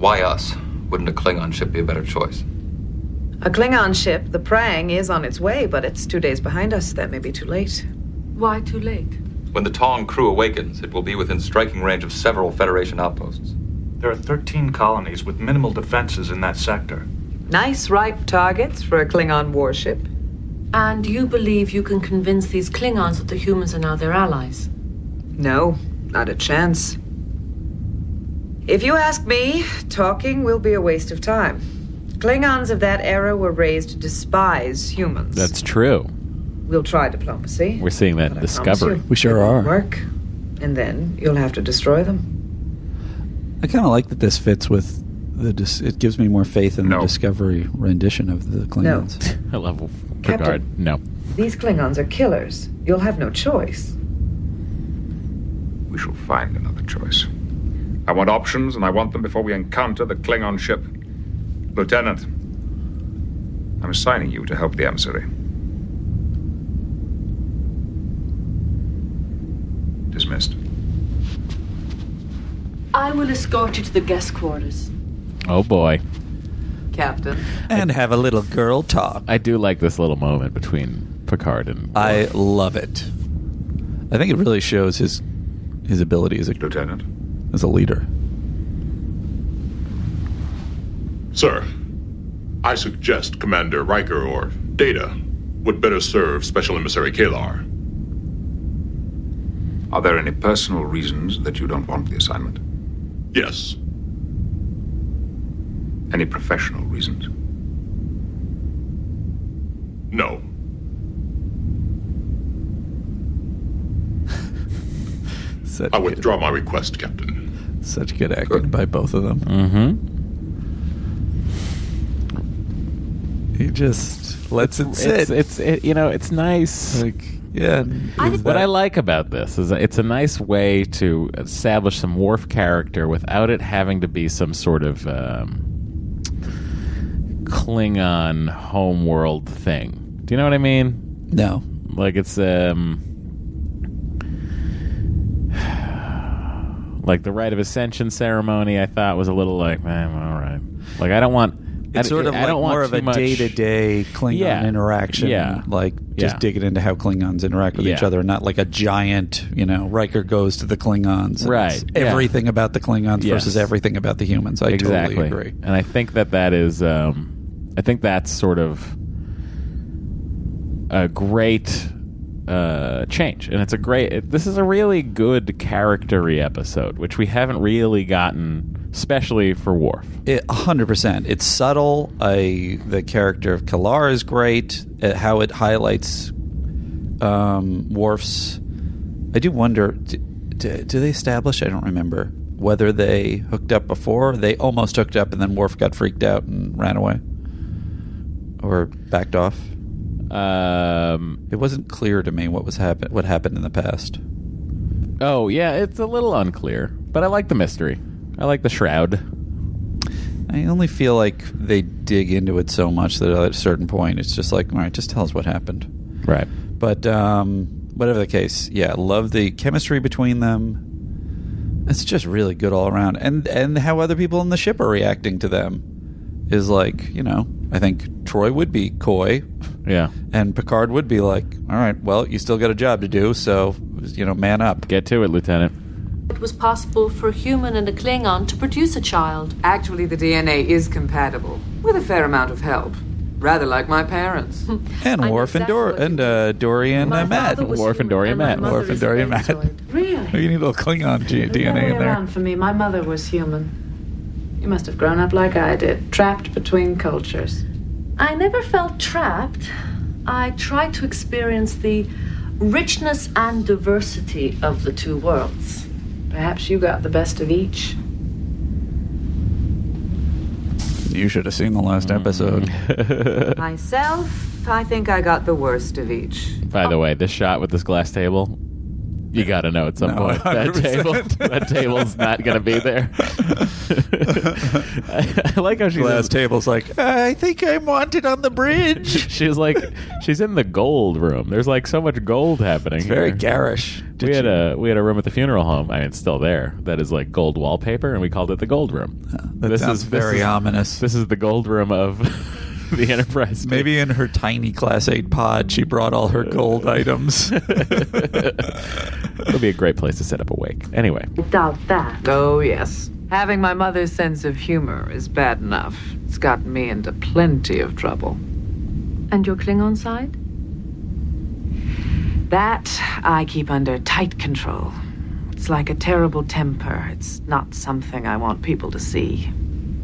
S10: why us? Wouldn't a Klingon ship be a better choice?
S18: A Klingon ship, the Prang, is on its way, but it's two days behind us. That may be too late. Why too late?
S10: When the Tong crew awakens, it will be within striking range of several Federation outposts.
S19: There are 13 colonies with minimal defenses in that sector.
S18: Nice ripe targets for a Klingon warship.
S20: And you believe you can convince these Klingons that the humans are now their allies?
S18: No, not a chance. If you ask me, talking will be a waste of time. Klingons of that era were raised to despise humans.
S1: That's true.
S18: We'll try diplomacy.
S1: We're seeing that
S18: But I promise
S1: discovery.
S18: you,
S2: We sure
S18: it won't
S2: are.
S18: Work, and then you'll have to destroy them.
S2: I kind of like that this fits with the. Dis- it gives me more faith in the Discovery rendition of the Klingons.
S1: I love
S18: Captain.
S1: Picard. No.
S18: These Klingons are killers. You'll have no choice.
S13: We shall find another choice. I want options, and I want them before we encounter the Klingon ship. Lieutenant, I'm assigning you to help the emissary. Dismissed.
S20: I will escort you to the guest quarters.
S1: Oh boy.
S18: Captain.
S2: And have a little girl talk.
S1: I do like this little moment between Picard and
S2: I love it. I think it really shows his his ability as a
S13: lieutenant,
S2: as a leader.
S16: Sir, I suggest Commander Riker or Data would better serve Special Emissary Kalar.
S13: Are there any personal reasons that you don't want the assignment?
S16: Yes,
S13: Any professional reasons?
S16: no.
S2: Such
S16: I withdraw my request, Captain.
S2: Such good acting by both of them.
S1: Mm-hmm.
S2: He just lets it
S1: It's
S2: sit.
S1: it's it, you know it's nice.
S2: Like, Yeah.
S1: What I like about this is it's a nice way to establish some Worf character without it having to be some sort of um, Klingon homeworld thing. Do you know what I mean?
S2: No.
S1: Like it's um like the rite of ascension ceremony. I thought was a little like, eh, all right. Like I don't want. I
S2: It's sort of
S1: I
S2: like
S1: don't want
S2: more of
S1: too
S2: a
S1: much-
S2: day to day Klingon
S1: Yeah.
S2: interaction.
S1: Yeah.
S2: Like just
S1: Yeah.
S2: digging into how Klingons interact with each
S1: Yeah.
S2: other, and not like a giant, you know, Riker goes to the Klingons. and
S1: Right.
S2: it's
S1: Yeah.
S2: Everything about the Klingons
S1: Yes.
S2: versus everything about the humans. I
S1: exactly.
S2: totally agree.
S1: And I think that that is, um, I think that's sort of a great uh, change, and it's a great. It, this is a really good charactery episode, which we haven't really gotten, especially for Worf.
S2: It, 100%. It's subtle. I the character of Kalar is great. Uh, how it highlights um, Worf's. I do wonder do, do, do they establish? I don't remember whether they hooked up before. They almost hooked up, and then Worf got freaked out and ran away, or backed off.
S1: Um,
S2: it wasn't clear to me what was happen- What happened in the past?
S1: Oh yeah, it's a little unclear, but I like the mystery. I like the shroud.
S2: I only feel like they dig into it so much that at a certain point it's just like, all right, just tell us what happened.
S1: Right.
S2: But um, whatever the case, yeah, love the chemistry between them. It's just really good all around, and and how other people in the ship are reacting to them is like, you know, I think Troy would be coy,
S1: Yeah.
S2: and Picard would be like, all right, well, you still got a job to do, so you know, man up,
S1: get to it, Lieutenant.
S20: It was possible for a human and a Klingon to produce a child.
S18: Actually, the DNA is compatible with a fair amount of help. Rather like my parents.
S2: and Worf and Dor and uh, Dorian uh, Matt, Worf and Dorian Matt, Worf and Dorian Matt.
S21: Really?
S2: You need a little Klingon G-
S21: The other
S2: DNA
S21: way
S2: in there.
S21: around for me. My mother was human. You must have grown up like I did, trapped between cultures.
S20: I never felt trapped. I tried to experience the richness and diversity of the two worlds.
S21: Perhaps you got the best of each.
S2: You should have seen the last episode.
S18: Myself, I think I got the worst of each.
S1: By the way, this shot with this glass table, you got to know at some
S18: No,
S1: point that
S18: 100%.
S1: table that table's not going to be there. I, I like how she's
S2: Glass table's like I think I'm wanted on the bridge.
S1: she's like she's in the gold room. There's like so much gold happening.
S2: It's very
S1: here.
S2: garish.
S1: we had a we had a room at the funeral home. I mean, it's still there. That is like gold wallpaper, and we called it the gold room.
S2: that sounds very ominous.
S1: This is the gold room of the Enterprise.
S2: Maybe in her tiny Class Eight pod, she brought all her gold items.
S1: It'll be a great place to set up a wake. Anyway,
S21: I doubt that.
S18: Oh, yes. Having my mother's sense of humor is bad enough. It's gotten me into plenty of trouble.
S21: And your Klingon side?
S18: That I keep under tight control. It's like a terrible temper. It's not something I want people to see.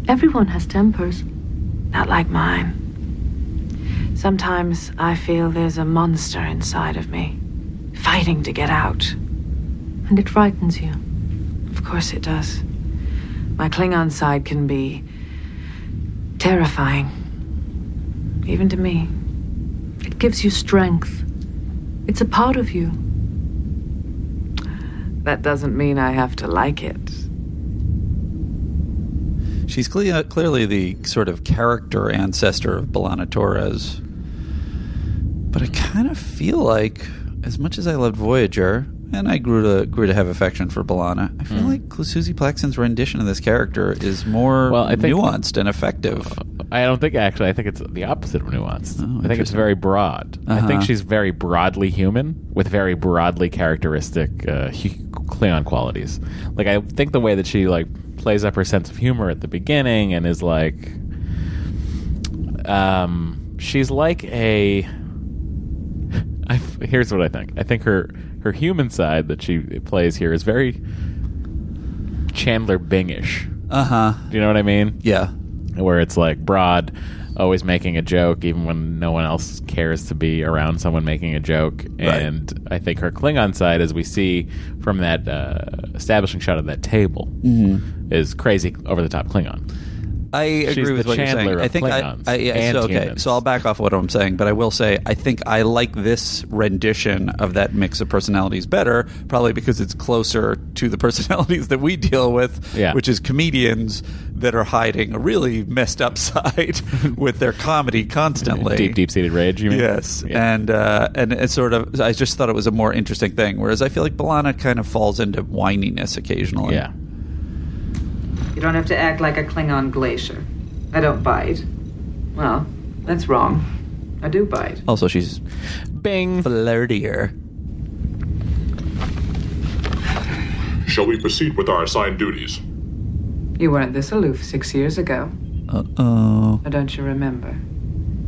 S21: Everyone has tempers.
S18: Not like mine. Sometimes I feel there's a monster inside of me, fighting to get out.
S21: And it frightens you.
S18: Of course it does. My Klingon side can be terrifying, even to me.
S21: It gives you strength. It's a part of you.
S18: That doesn't mean I have to like it.
S2: She's cle- clearly the sort of character ancestor of Belana Torres. But I kind of feel like, as much as I loved Voyager, and I grew to grew to have affection for Belana, I
S1: Mm.
S2: feel like Susie Plaxton's rendition of this character is more
S1: Well, I think- Uh,
S2: nuanced and effective.
S1: I don't think actually. I think it's the opposite of nuanced. I think it's
S2: Oh, interesting.
S1: very broad. I
S2: Uh-huh.
S1: think she's very broadly human with very broadly characteristic uh, hu- Klingon qualities. Like I think the way that she like plays up her sense of humor at the beginning and is like, um, she's like a. I, here's what I think. I think her her human side that she plays here is very Chandler Bingish.
S2: Uh huh.
S1: Do you know what I mean?
S2: Yeah.
S1: Where it's like broad, always making a joke, even when no one else cares to be around someone making a joke. And I think her Klingon side, as we see from that uh, establishing shot of that table,
S2: Mhm.
S1: is crazy over the top Klingon.
S2: I agree
S1: She's
S2: with
S1: the
S2: what
S1: Chandler
S2: you're saying.
S1: of
S2: I think I,
S1: Klingons
S2: I, yeah,
S1: and
S2: so, okay.
S1: humans.
S2: So I'll back off what I'm saying, but I will say I think I like this rendition of that mix of personalities better, probably because it's closer to the personalities that we deal with,
S1: Yeah.
S2: which is comedians that are hiding a really messed up side with their comedy constantly.
S1: Deep, deep-seated rage. You mean?
S2: Yes, and uh, and it sort of. I just thought it was a more interesting thing. Whereas I feel like Balana kind of falls into whininess occasionally. Yeah,
S18: You don't have to act like a Klingon glacier. I don't bite. Well, that's wrong. I do bite.
S2: Also, she's
S1: bing
S2: flirtier.
S16: Shall we proceed with our assigned duties?
S21: You weren't this aloof six years ago.
S2: Uh oh.
S21: Or don't you remember?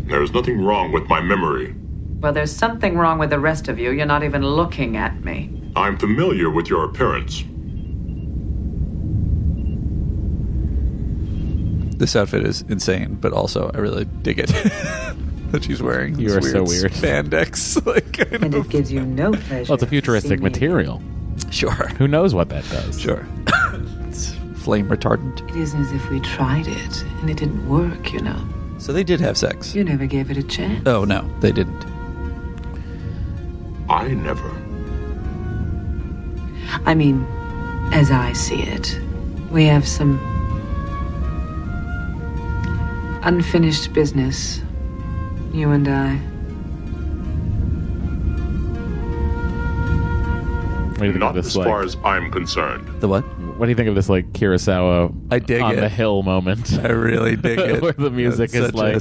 S16: There is nothing wrong with my memory.
S21: Well, there's something wrong with the rest of you. You're not even looking at me.
S16: I'm familiar with your appearance.
S2: This outfit is insane, but also I really dig it that she's wearing.
S1: You
S2: this
S1: are so weird.
S2: Spandex, like kind
S18: and it gives you no pleasure.
S1: Well, it's a futuristic
S18: seeing me.
S1: material.
S2: Sure.
S1: Who knows what that does?
S2: Sure. it's flame retardant.
S21: It isn't as if we tried it and it didn't work, you know.
S2: So they did have sex.
S21: You never gave it a chance.
S2: Oh no, they didn't.
S16: I never.
S21: I mean, as I see it, we have some unfinished business, you and I.
S16: Not as far as I'm concerned.
S2: The what?
S1: What do you think of this like Kurosawa? I
S2: dig
S1: on
S2: it.
S1: the hill moment.
S2: I really dig it.
S1: Where the music
S2: I'm
S1: is
S2: such
S1: like
S2: a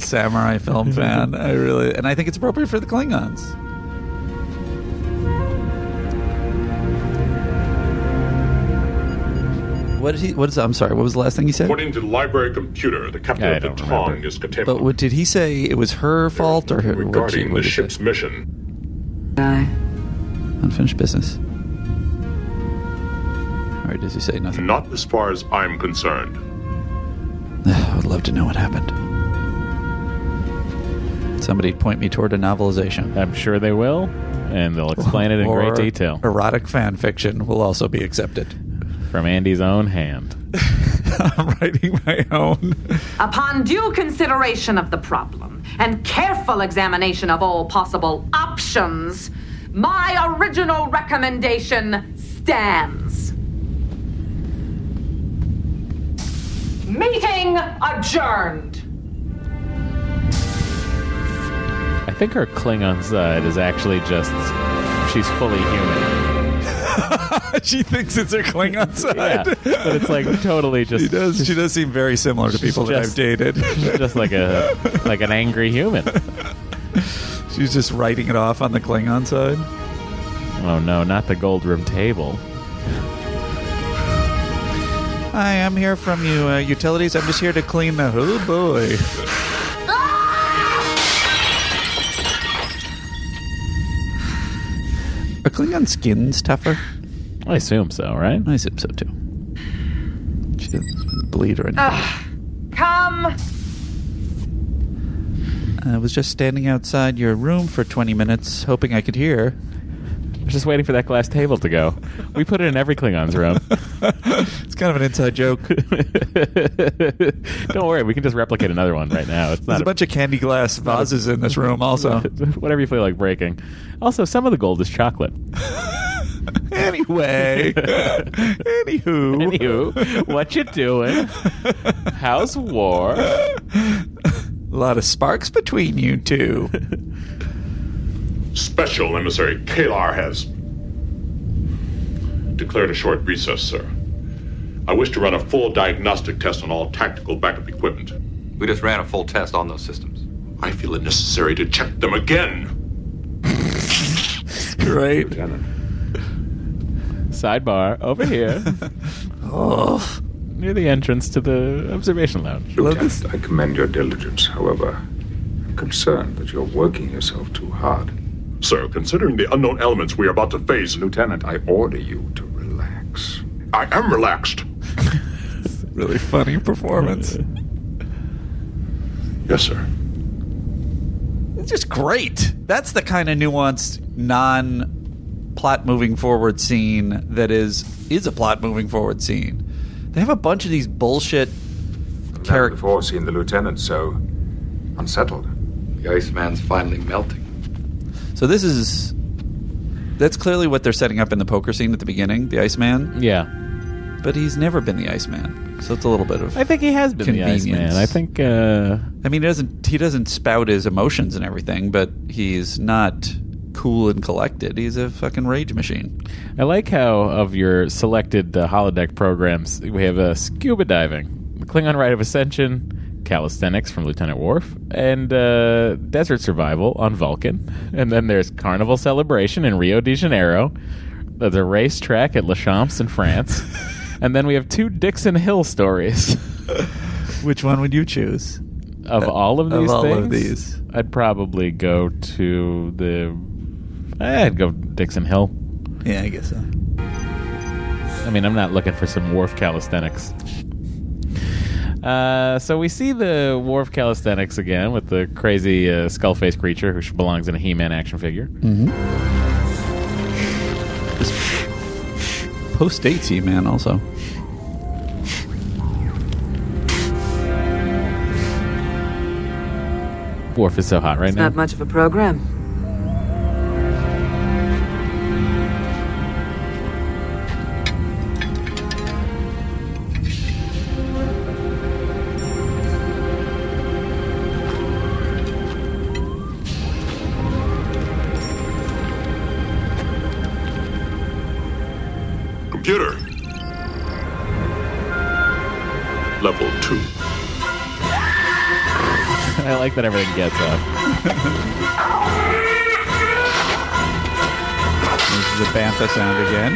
S2: samurai film fan. I really, and I think it's appropriate for the Klingons. What did he? What is? I'm sorry. What was the last thing he said?
S16: According to the library computer, the captain
S2: I
S16: of the
S2: don't
S16: Tong
S2: remember.
S16: is Katema.
S2: But what did he say? It was her fault or her? what she-
S16: regarding
S2: what
S16: the
S2: is it?
S16: ship's mission,
S21: I.
S2: Unfinished business. Or does he say nothing?
S16: not as far as I'm concerned.
S2: I would love to know what happened. Somebody point me toward a novelization.
S1: I'm sure they will, and they'll explain it in great
S2: Or
S1: detail.
S2: Erotic fan fiction will also be accepted.
S1: From Andy's own hand.
S2: I'm writing my own.
S3: Upon due consideration of the problem and careful examination of all possible options, my original recommendation stands. Meeting adjourned.
S1: I think her Klingon side is actually just she's fully human.
S2: she thinks it's her Klingon
S1: Yeah,
S2: side.
S1: but it's like totally just.
S2: she does. She does seem very similar to people that I've
S1: just-
S2: dated.
S1: she's just like a like an angry human.
S2: She's just writing it off on the Klingon side.
S1: Oh no, not the gold room table.
S2: Hi, I'm here from you uh, utilities. I'm just here to clean the. Oh boy. Are Klingon skins tougher?
S1: I assume so, right? I
S2: assume so too. She doesn't bleed or anything.
S3: Ugh. Come.
S2: I was just standing outside your room for 20 minutes, hoping I could hear.
S1: I was just waiting for that glass table to go. We put it in every Klingon's room.
S2: it's kind of an inside joke.
S1: Don't worry, we can just replicate another one right now. It's
S2: There's
S1: not
S2: a bunch of candy glass vases in this room, also.
S1: whatever you feel like breaking. Also, some of the gold is chocolate.
S2: anyway, anywho,
S1: anywho, what you doing? How's war?
S2: A lot of sparks between you two.
S16: Special emissary Kalar has declared a short recess, sir. I wish to run a full diagnostic test on all tactical backup equipment.
S10: We just ran a full test on those systems.
S16: I feel it necessary to check them again.
S2: Great.
S1: Sidebar over here.
S2: oh.
S1: Near the entrance to the observation lounge.
S14: Lieutenant, I commend your diligence. However, I'm concerned that you're working yourself too hard.
S16: Sir, considering the unknown elements we are about to face,
S14: Lieutenant, I order you to relax.
S16: I am relaxed.
S2: really funny performance.
S16: Yes, sir.
S2: It's just great. That's the kind of nuanced, non plot moving forward scene that is is a plot moving forward scene. They have a bunch of these bullshit
S14: Never before seen the lieutenant so unsettled. The Iceman's finally melting.
S2: So this is that's clearly what they're setting up in the poker scene at the beginning, the Iceman.
S1: Yeah.
S2: But he's never been the Iceman. So it's a little bit of
S1: I think he has been the Iceman.
S2: convenience.
S1: I think uh,
S2: I mean he doesn't he doesn't spout his emotions and everything, but he's not cool and collected. He's a fucking rage machine.
S1: I like how of your selected uh, holodeck programs we have uh, scuba diving, the Klingon Rite of Ascension, calisthenics from Lieutenant Worf, and uh, desert survival on Vulcan. And then there's Carnival Celebration in Rio de Janeiro. There's a racetrack at Lachamps in France. and then we have two Dixon Hill stories.
S2: Which one would you choose?
S1: Of all of
S2: Of
S1: these
S2: all
S1: things,
S2: of these.
S1: I'd probably go to the. I'd go Dixon Hill.
S2: Yeah, I guess so.
S1: I mean, I'm not looking for some wharf calisthenics. Uh, so we see the wharf calisthenics again with the crazy uh, skull faced creature who sh- belongs in a He Man action figure.
S2: Post dates he man also.
S1: Worf is so hot right
S18: It's
S1: now.
S18: not much of a program.
S16: Computer. Level two.
S1: I like that everything gets uh, up.
S2: This is the bantha sound again.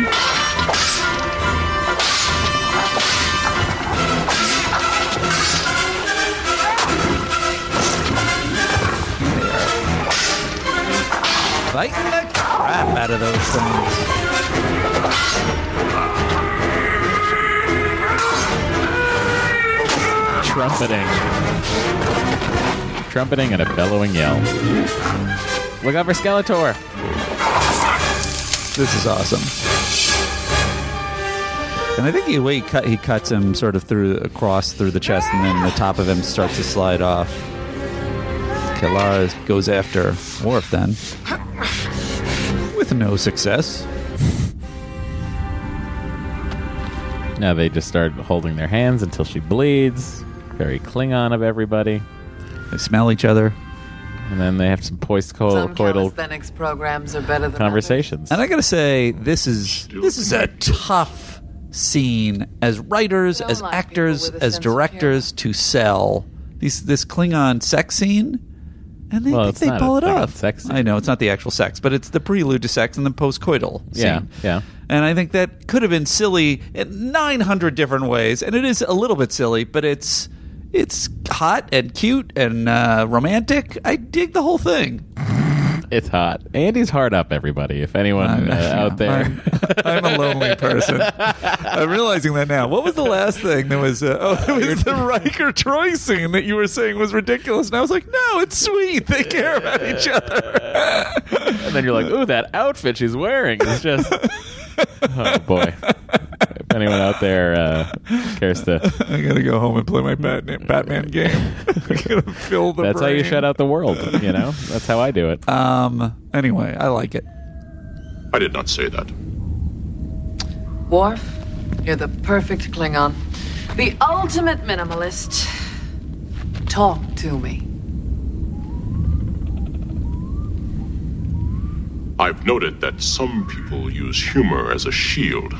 S2: Fighting the crap out of those things.
S1: Trumpeting. Trumpeting and a bellowing yell. Look out for Skeletor!
S2: This is awesome. And I think the way he cut, he cuts him sort of through across through the chest, and then the top of him starts to slide off. Kalara goes after Worf then, with no success.
S1: Now they just start holding their hands until she bleeds. Very Klingon of everybody.
S2: They smell each other.
S1: And then they have some post coital
S21: Calisthenics programs are better than
S1: conversations.
S2: And I gotta say, this is this is a tough scene as writers, as actors, as directors to sell these this Klingon sex scene, and they
S1: Well,
S2: think
S1: it's
S2: they
S1: not
S2: pull
S1: a
S2: it
S1: Klingon
S2: off.
S1: sex
S2: I know it's not the actual sex, but it's the prelude to sex and the postcoital. Scene.
S1: Yeah, yeah.
S2: And I think that could have been silly in 900 different ways, and it is a little bit silly, but it's it's hot and cute and uh, romantic. I dig the whole thing.
S1: It's hot. Andy's hard up, everybody. If anyone uh, out there,
S2: I'm a lonely person. I'm realizing that now. What was the last thing that was? Uh, oh, it was the Riker Troy scene that you were saying was ridiculous, and I was like, no, it's sweet. They care about each other.
S1: and then you're like, "Ooh, that outfit she's wearing is just." oh boy! If anyone out there uh, cares to,
S2: I gotta go home and play my Batman, Batman game. I gotta fill
S1: Mm-hmm.
S2: the.
S1: that's how you
S2: brain.
S1: shut out the world. You know, that's how I do it.
S2: Um. Anyway, I like it.
S16: I did not say that.
S21: Worf, you're the perfect Klingon. The ultimate minimalist. Talk to me.
S16: I've noted that some people use humor as a shield.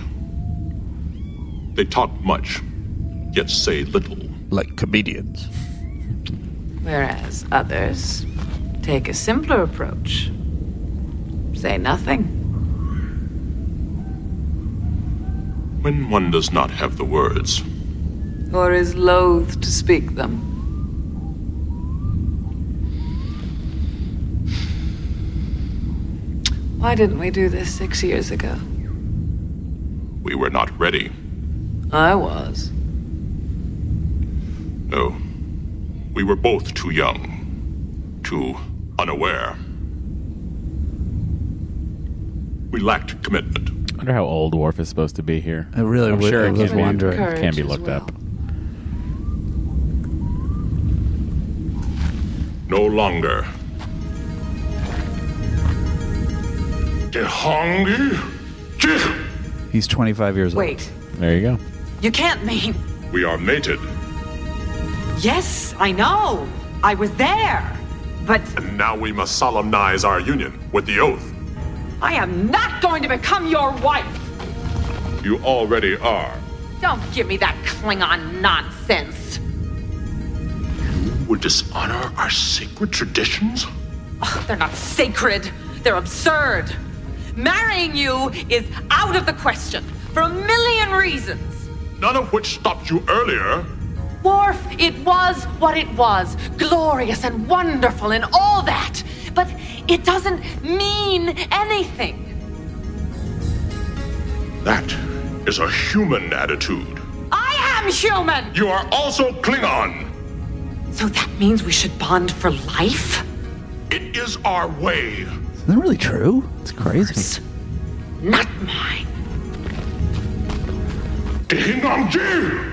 S16: They talk much, yet say little.
S2: Like comedians.
S21: Whereas others take a simpler approach. Say nothing.
S16: When one does not have the words,
S21: Or is loath to speak them. Why didn't we do this six years ago?
S16: we were not ready.
S21: I was.
S16: No. We were both too young, too unaware. We lacked commitment.
S1: I wonder how old Worf is supposed to be here.
S2: I really
S1: I'm
S2: would-
S1: sure
S2: I
S1: it
S2: was
S1: can be-
S2: wondering.
S1: It can
S2: Courage
S1: be
S2: as
S1: looked up.
S16: no longer. Dehangi?
S2: He's 25 years old.
S18: Wait,
S1: There you go.
S18: you can't mean.
S16: We are mated.
S18: Yes, I know. I was there. But
S16: And now we must solemnize our union with the oath.
S3: I am not going to become your wife.
S16: You already are.
S3: Don't give me that Klingon nonsense.
S16: Would dishonor our sacred traditions?
S3: Ugh, they're not sacred. They're absurd. Marrying you is out of the question for a million reasons.
S16: None of which stopped you earlier.
S3: Worf, it was what it was, glorious and wonderful and all that. But it doesn't mean anything.
S16: That is a human attitude.
S3: I am human.
S16: You are also Klingon.
S3: So that means we should bond for life?
S16: It is our way.
S2: Isn't that really true? It's crazy.
S3: Not
S16: Dehangi!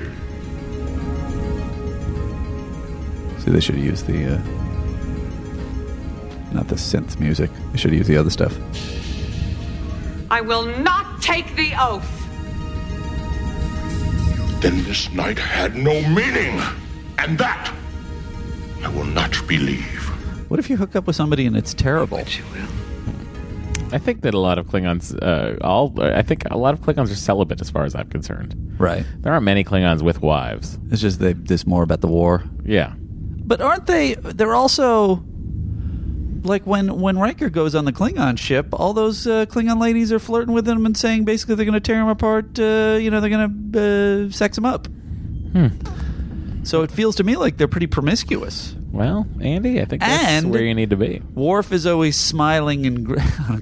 S2: See, they should use the uh, not the synth music. They should use the other stuff.
S3: I will not take the oath.
S16: Then this night had no meaning. And that I will not believe.
S2: What if you hook up with somebody and it's terrible?
S1: I think that a lot of Klingons, uh, all I think a lot of Klingons are celibate, as far as I'm concerned.
S2: Right.
S1: There aren't many Klingons with wives.
S2: It's just they this more about the war.
S1: Yeah.
S2: But aren't they? They're also like when when Riker goes on the Klingon ship, all those uh, Klingon ladies are flirting with him and saying basically they're going to tear him apart. Uh, you know, they're going to uh, sex him up.
S1: Hmm.
S2: So it feels to me like they're pretty promiscuous.
S1: Well, Andy, I think that's
S2: And-
S1: where you need to be.
S2: Worf is always smiling and gr- on a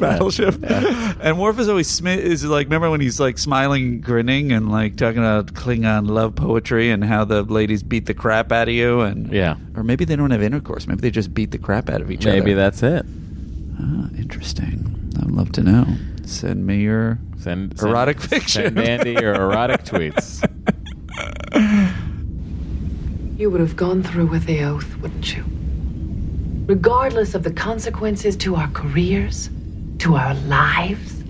S2: battleship, and Worf is always smi- is like remember when he's like smiling, and grinning, and like talking about Klingon love poetry and how the ladies beat the crap out of you, and
S1: Yeah.
S2: or maybe they don't have intercourse, maybe they just beat the crap out of each other.
S1: Maybe that's it.
S2: Ah, interesting. I'd love to know. Send me your
S1: send, send-
S2: erotic fiction.
S1: Send Andy your erotic tweets.
S21: You would have gone through with the oath, wouldn't you? Regardless of the consequences to our careers, to our lives.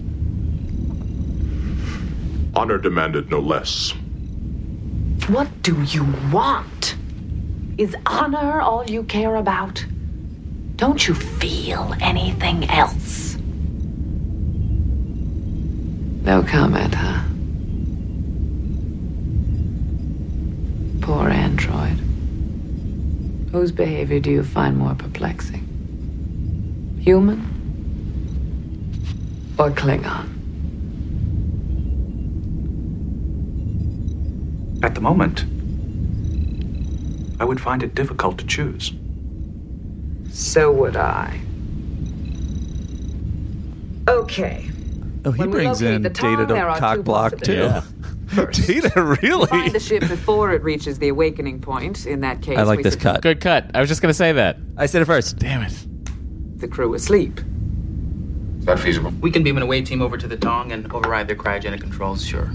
S16: Honor demanded no less.
S21: What do you want? Is honor all you care about? Don't you feel anything else? No comment, huh? Poor android. Whose behavior do you find more perplexing? Human? Or Klingon?
S19: At the moment, I would find it difficult to choose.
S18: so would I. Okay.
S2: Oh, he
S18: When we
S2: brings
S18: locate
S2: in
S18: the tongue,
S2: data
S18: there
S2: to
S18: are
S2: cock
S18: two
S2: block too.
S18: possibilities.
S2: data really.
S18: Find the ship before it reaches the awakening point. In that case,
S1: I like
S18: we
S1: this
S18: could
S1: cut. Good cut. I was just going to say that.
S2: I said it first.
S1: Damn it.
S18: keep The crew asleep.
S12: Is that feasible? We can beam an away team over to the Tong and override their cryogenic controls, sure.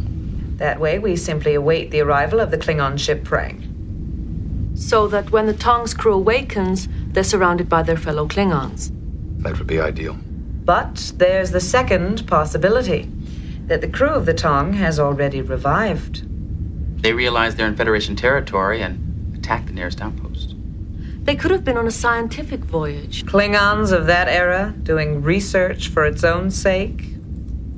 S18: That way, we simply await the arrival of the Klingon ship Prang.
S20: so that when the Tong's crew awakens, they're surrounded by their fellow Klingons.
S10: That would be ideal.
S18: But there's the second possibility that the crew of the Tong has already revived.
S12: They realize they're in Federation territory and attack the nearest outpost.
S20: They could have been on a scientific voyage.
S18: Klingons of that era doing research for its own sake.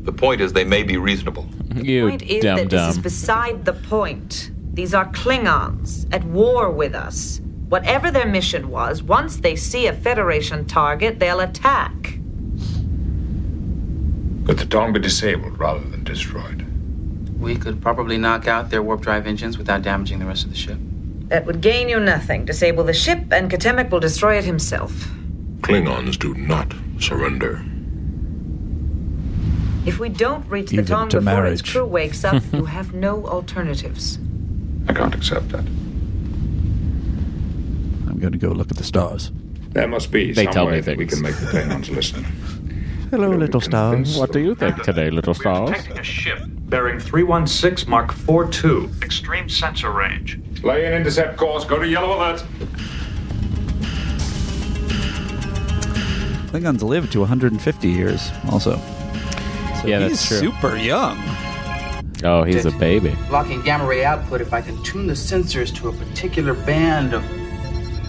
S4: The point is, they may be reasonable.
S1: You
S18: point is that this is beside the point. These are Klingons at war with us. Whatever their mission was, once they see a Federation target, they'll attack.
S14: Could the Tong be disabled rather than destroyed?
S12: We could probably knock out their warp drive engines without damaging the rest of the ship.
S18: That would gain you nothing. Disable the ship, and Katemek will destroy it himself.
S16: Klingons do not surrender.
S18: If we don't reach
S16: Even
S18: the Tong
S16: to
S18: before its
S16: marriage.
S18: crew wakes up, you have no alternatives.
S14: I can't accept that.
S2: I'm going to go look at the stars.
S14: There must be
S1: They
S14: some
S1: tell
S14: way
S1: me
S14: that we
S1: things.
S14: can make the Klingons listen.
S2: Hello, little stars.
S1: What do you think today, little stars?
S19: Detecting a ship bearing 316 Mark 42, extreme sensor range.
S14: Lay an intercept course. Go to yellow alert.
S2: Klingons live to 150 years, also. So
S1: Yeah, that's
S2: he's
S1: true.
S2: super young.
S1: Oh, he's a baby.
S12: Blocking gamma ray output if I can tune the sensors to a particular band of.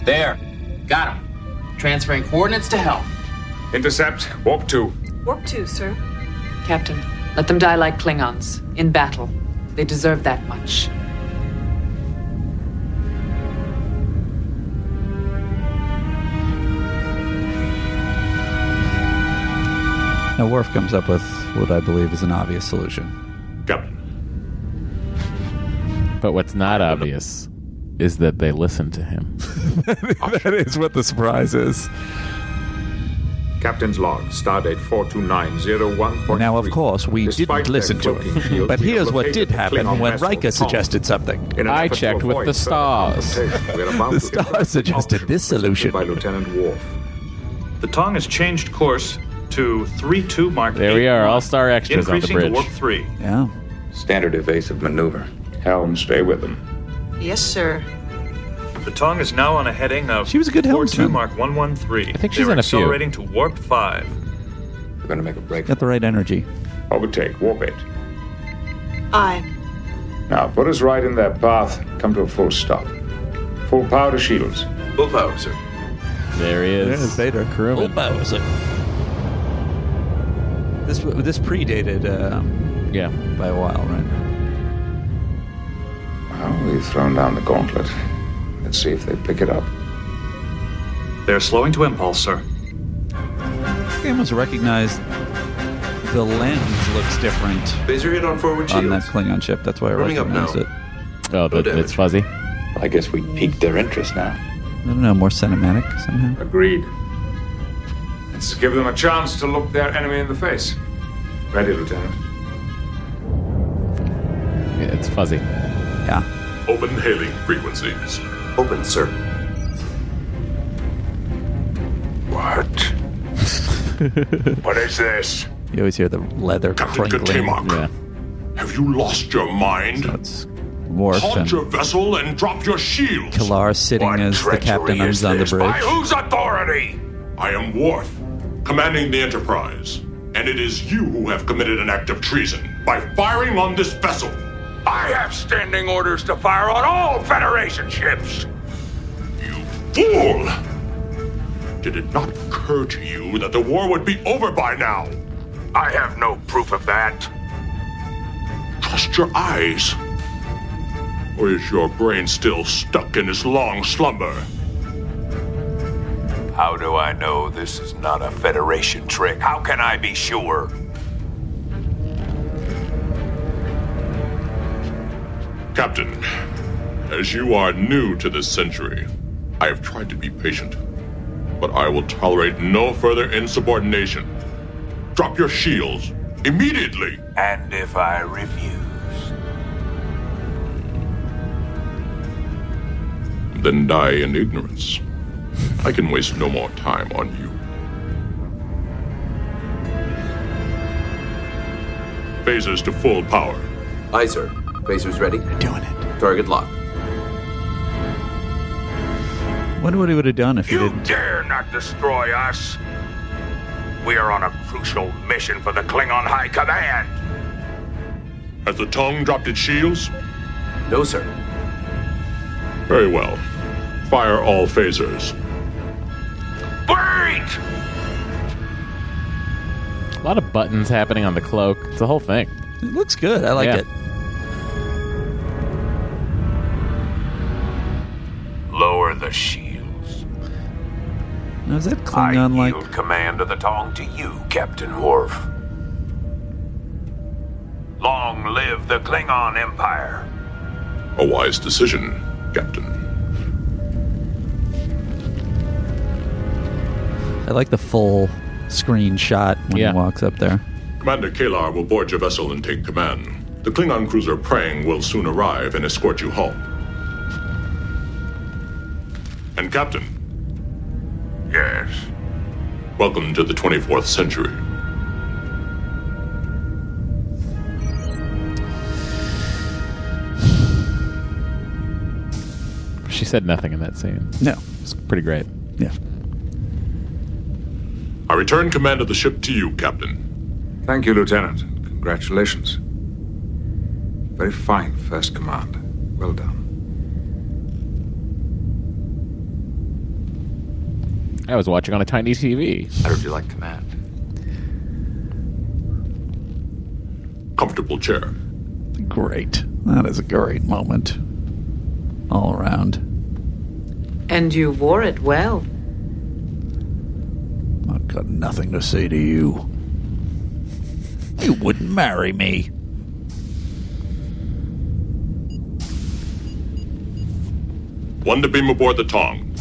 S12: There. Got him. Transferring coordinates to help.
S13: Intercept. Warp two.
S15: Warp two, sir.
S3: Captain, let them die like Klingons in battle. They deserve that much.
S2: Now, Worf comes up with what I believe is an obvious solution.
S1: But what's not obvious is that they listen to him.
S13: that
S2: is what the surprise is.
S13: Captain's log, stardate 42901.
S2: Now, of course, we
S13: Despite
S2: didn't listen
S13: their
S2: to
S13: cloaking
S2: it.
S13: shields,
S2: But
S13: we
S2: here's
S13: have
S2: what
S13: located
S2: did
S13: the
S2: happen
S13: Klingon
S2: when
S13: vessel
S2: Riker
S13: Tom.
S2: suggested something.
S13: In an
S2: I
S13: effort to
S2: checked with
S13: avoid further
S2: the stars.
S13: confrontation, we are about
S2: The
S13: to get
S2: stars suggested
S13: option
S2: this solution.
S13: By Lieutenant Worf.
S19: The Tong has changed course to 3 2 Mark
S1: There we are, all star extras on the
S19: Increasing to
S1: bridge.
S19: warp 3.
S2: Yeah.
S13: Standard evasive maneuver. Helm, stay with them.
S15: Yes, sir.
S19: The Tong is now on a heading of she
S2: was a good
S19: 4 2 Mark 113.
S1: I think she's
S19: They're
S1: in a few.
S19: accelerating to warp 5.
S13: We're going to make a break.
S2: Got the right energy.
S13: Overtake. Warp it.
S15: Aye.
S13: Now, put us right in their path. Come to a full stop. Full power to shields.
S10: Full power, sir.
S1: There he is.
S2: There's Vader.
S1: Crewman.
S2: This w- this predated um,
S1: yeah
S2: by a while, right?
S14: Well, we've thrown down the gauntlet. Let's see if they pick it up.
S19: They're slowing to impulse, sir.
S2: I almost recognized the lens looks different
S10: Laser hit on forward
S2: on
S10: shield.
S2: that Klingon ship. That's why I
S10: Warming up
S2: recognized
S10: now.
S2: it.
S1: Oh,
S10: No
S1: that
S10: damage.
S1: it's fuzzy.
S14: I guess we piqued their interest now.
S2: I don't know, more cinematic somehow.
S13: Agreed. Let's give them a chance to look their enemy in the face. Ready, Lieutenant.
S1: Yeah, It's fuzzy.
S2: Yeah.
S16: Open hailing frequencies.
S10: Open, sir.
S16: What? what is this?
S2: You always hear the leather
S16: Captain
S2: crinkling.
S16: Katimok.
S2: Yeah.
S16: Have you lost your mind?
S2: That's Worf
S16: Halt
S2: and
S16: your vessel and drop your shields.
S2: Kalar sitting as the captain
S16: Treachery
S2: is on the
S16: this? By
S2: bridge.
S16: whose authority? I am Worf, commanding the Enterprise, and it is you who have committed an act of treason by firing on this vessel.
S5: I have standing orders to fire on all Federation ships.
S16: Fool! Did it not occur to you that the war would be over by now?
S5: I have no proof of that.
S16: Trust your eyes. Or is your brain still stuck in its long slumber?
S5: How do I know this is not a Federation trick? How can I be sure?
S16: Captain, as you are new to this century, I have tried to be patient, but I will tolerate no further insubordination. Drop your shields immediately.
S5: And if I refuse,
S16: Then die in ignorance. I can waste no more time on you. Phasers to full power.
S10: Aye, sir. Phaser's ready.
S2: doing it.
S10: Target lock.
S2: wonder what he would have done if he
S5: you
S2: didn't.
S5: dare not destroy us. We are on a crucial mission for the Klingon High Command.
S16: Has the tongue dropped its shields?
S10: No, sir.
S16: Very well. Fire all phasers.
S5: Wait!
S1: A lot of buttons happening on the cloak. It's a whole thing.
S2: It looks good. I like
S1: Yeah.
S2: it.
S5: Lower the shields.
S2: Now, is that Klingon like?
S5: Yield command of the Tong to you, Captain Worf. Long live the Klingon Empire.
S16: A wise decision, Captain.
S2: I like the full screen shot when
S16: Yeah.
S2: he walks up there.
S16: Commander Kalar will board your vessel and take command. The Klingon cruiser Prang will soon arrive and escort you home. And Captain,
S5: Yes.
S16: welcome to the 24th century.
S1: She said nothing in that scene.
S2: No.
S1: It's pretty great.
S2: Yeah.
S16: I return command of the ship to you, Captain.
S13: Thank you, Lieutenant. Congratulations. Very fine first command. Well done.
S1: I was watching on a tiny TV.
S22: How did you like command?
S16: Comfortable chair.
S2: Great. That is a great moment. All around.
S18: And you wore it well.
S2: I've got nothing to say to you. You wouldn't marry me.
S16: One to beam aboard the Tong.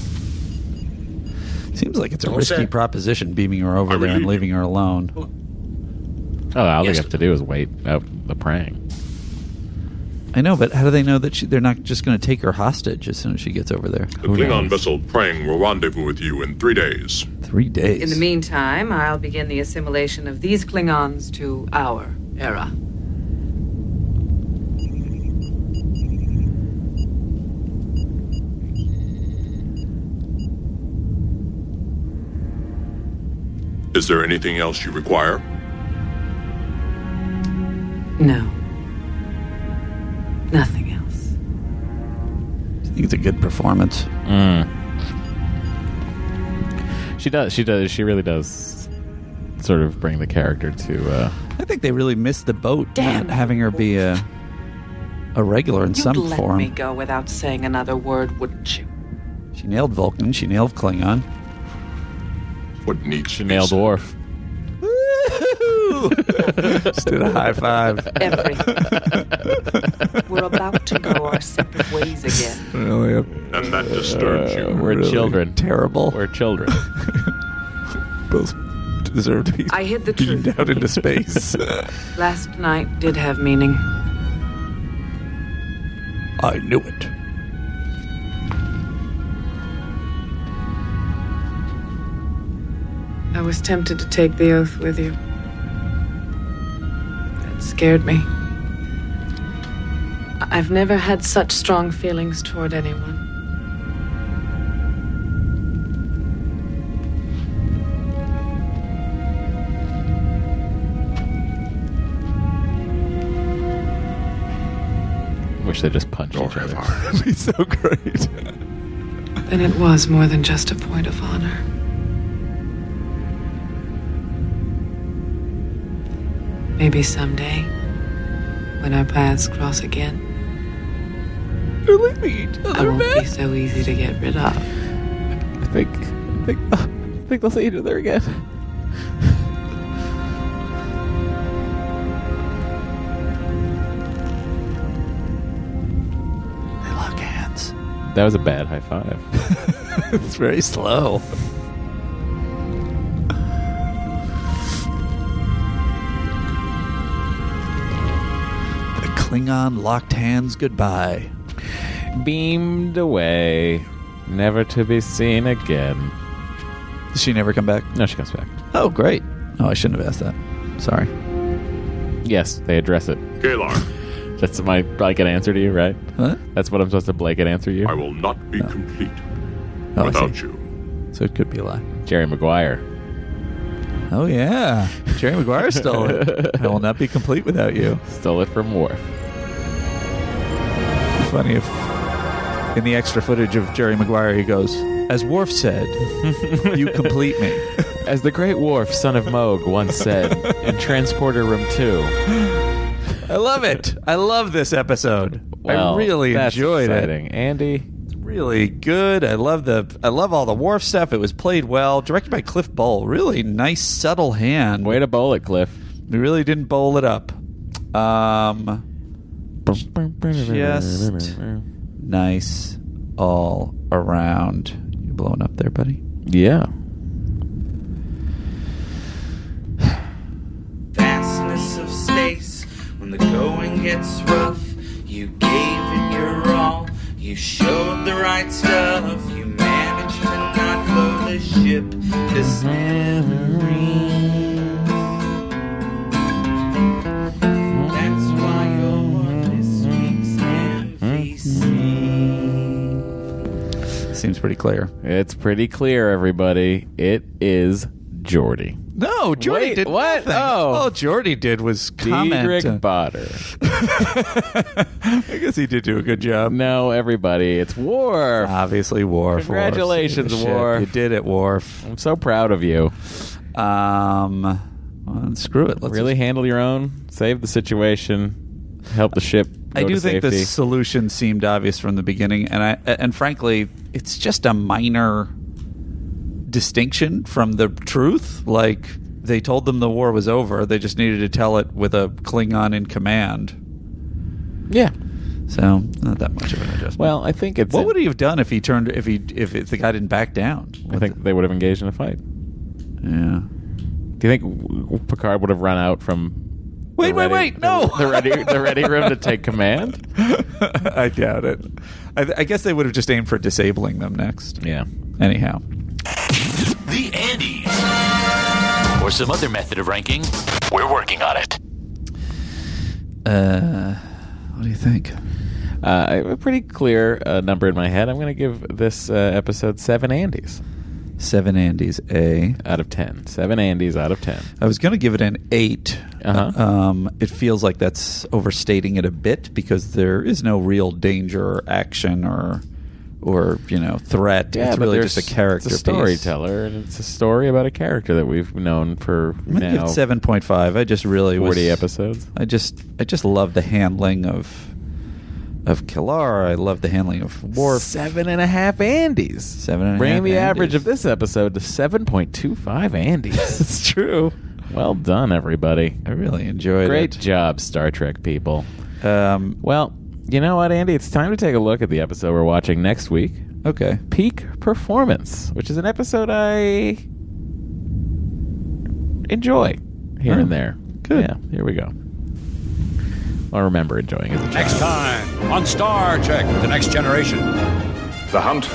S2: Seems like it's a
S1: What was
S2: risky
S1: that?
S2: proposition beaming her over there and leaving her alone.
S1: Oh, all they have to do is wait out the praying.
S2: I know, but how do they know that she, they're not just going to take her hostage as soon as she gets over there?
S16: The Klingon vessel Prang will rendezvous with you in three days.
S2: Three days.
S18: In the meantime, I'll begin the assimilation of these Klingons to our era.
S16: Is there anything else you require?
S18: No. Nothing else.
S2: I think it's a good performance.
S1: Mm, She does. She does. She really does. Sort of bring the character to. Uh,
S2: I think they really missed the boat not having her be a a regular in some
S18: You'd let
S2: form.
S18: me go without saying another word, wouldn't you?
S2: She nailed Vulcan. She nailed Klingon.
S16: What needs she
S1: nailed Worf.
S2: Just did a high five.
S1: Everything.
S18: We're about to go our separate ways again.
S16: and that disturbs you.
S1: Uh, We're children.
S2: Terrible.
S1: We're children.
S2: Both deserve to be
S18: I hid the
S2: beamed
S18: truth.
S2: out into space.
S18: Last night did have meaning.
S2: I knew it.
S21: I was tempted to take the oath with you. That scared me. I- I've never had such strong feelings toward anyone.
S1: Wish they just punched each other. That'd
S2: be so great.
S21: Then it was more than just a point of honor. Maybe someday, when our paths cross again,
S2: They're leaving each
S21: I won't be so easy to get rid of.
S2: I think, I think, I think they'll see each other again. They lock hands.
S1: That was a bad high five.
S2: it's very slow. The Klingon locked hands goodbye.
S1: Beamed away, never to be seen again.
S2: Does she never come back?
S1: No, she comes back.
S2: Oh, great. Oh, I shouldn't have asked that. Sorry.
S1: Yes, they address it.
S16: Kalar.
S1: That's my blanket answer to you, right?
S2: Huh?
S1: That's what I'm supposed to blanket answer you.
S16: I will not be complete
S2: Oh, I
S16: without
S2: see.
S16: you.
S2: So it could be a lie.
S1: Jerry Maguire.
S2: Oh,
S1: Uh.
S2: yeah. Jerry Maguire stole it. I will not be complete without you.
S1: Stole it from Worf.
S2: Funny if in the extra footage of Jerry Maguire, he goes, As Worf said, you complete me.
S1: As the great Worf, son of Moog, once said in Transporter Room 2.
S2: I love it. I love this episode. I
S1: Well,
S2: really
S1: that's
S2: enjoyed
S1: exciting.
S2: it.
S1: Andy.
S2: It's really good. I love the I love all the wharf stuff. It was played well, directed by Cliff Bowl. Really nice, subtle hand. Way
S1: to bowl it, Cliff.
S2: We really didn't bowl it up. Um just nice all around. You blowing up there, buddy?
S1: Yeah.
S5: vastness of space. When the going gets rough, you gave it your all. You showed the right stuff. You managed to not blow the ship. Cause memories. That's why you're this week's MVC.
S2: Seems pretty clear.
S1: It's pretty clear, everybody. It is Jordy.
S2: No, Jordy
S1: Wait,
S2: did
S1: what?
S2: nothing.
S1: Oh.
S2: All Jordy did was comment. uh,
S1: Diedrich Botter.
S2: I guess he did do a good job.
S1: No, everybody, it's Worf.
S2: Obviously, Worf.
S1: Congratulations,
S2: Worf. Shit,
S1: Worf.
S2: You did it, Worf.
S1: I'm so proud of you.
S2: Um, well, screw it. Let's
S1: really handle your own. Save the situation. Help the ship.
S2: I
S1: go
S2: do
S1: to
S2: think
S1: safety.
S2: the solution seemed obvious from the beginning, and I and frankly, it's just a minor distinction from the truth. Like they told them the war was over; they just needed to tell it with a Klingon in command.
S1: Yeah.
S2: So not that much of an adjustment.
S1: Well, I think it's.
S2: what would he have done if he turned if he if, if the guy didn't back down?
S1: I think they would have engaged in a fight.
S2: Yeah.
S1: Do you think w- w- Picard would have run out from?
S2: Wait,
S1: the
S2: wait,
S1: ready-
S2: wait, no.
S1: the, the ready, the ready room to take command.
S2: I doubt it. I, I guess they would have just aimed for disabling them next.
S1: Yeah.
S2: Anyhow.
S7: The Andes. Or some other method of ranking. We're working on it.
S2: Uh, what do you think?
S1: Uh, I have a pretty clear uh, number in my head. I'm going to give this uh, episode seven Andes
S2: Seven Andes, A.
S1: out of ten. Seven Andes out of ten.
S2: I was going to give it an 8
S1: Uh-huh.
S2: Um, it feels like that's overstating it a bit because there is no real danger or action or, or you know, threat. it's
S1: but
S2: really
S1: there's-
S2: just a character
S1: It's a storyteller, and it's a story about a character that we've known for
S2: I'm gonna give
S1: now
S2: it seven point five. I just really was-
S1: 40 episodes.
S2: I just I just love the handling of of Killar. I love the handling of Worf.
S1: Seven and a half Andes.
S2: Seven and a
S1: Bringing
S2: half
S1: the average
S2: Andes.
S1: of this episode to 7.25 Andes. That's true. Well done, everybody.
S2: I really enjoyed
S1: Great
S2: it.
S1: job, Star Trek people.
S2: Um,
S1: well, you know what, Andy? It's time to take a look at the episode we're watching next week.
S2: Okay.
S1: Peak Performance, which is an episode I enjoy here
S2: Oh,
S1: and there. Good. Yeah, here we go. I remember enjoying as a child.
S23: Next time on Star Trek The Next Generation.
S14: The hunt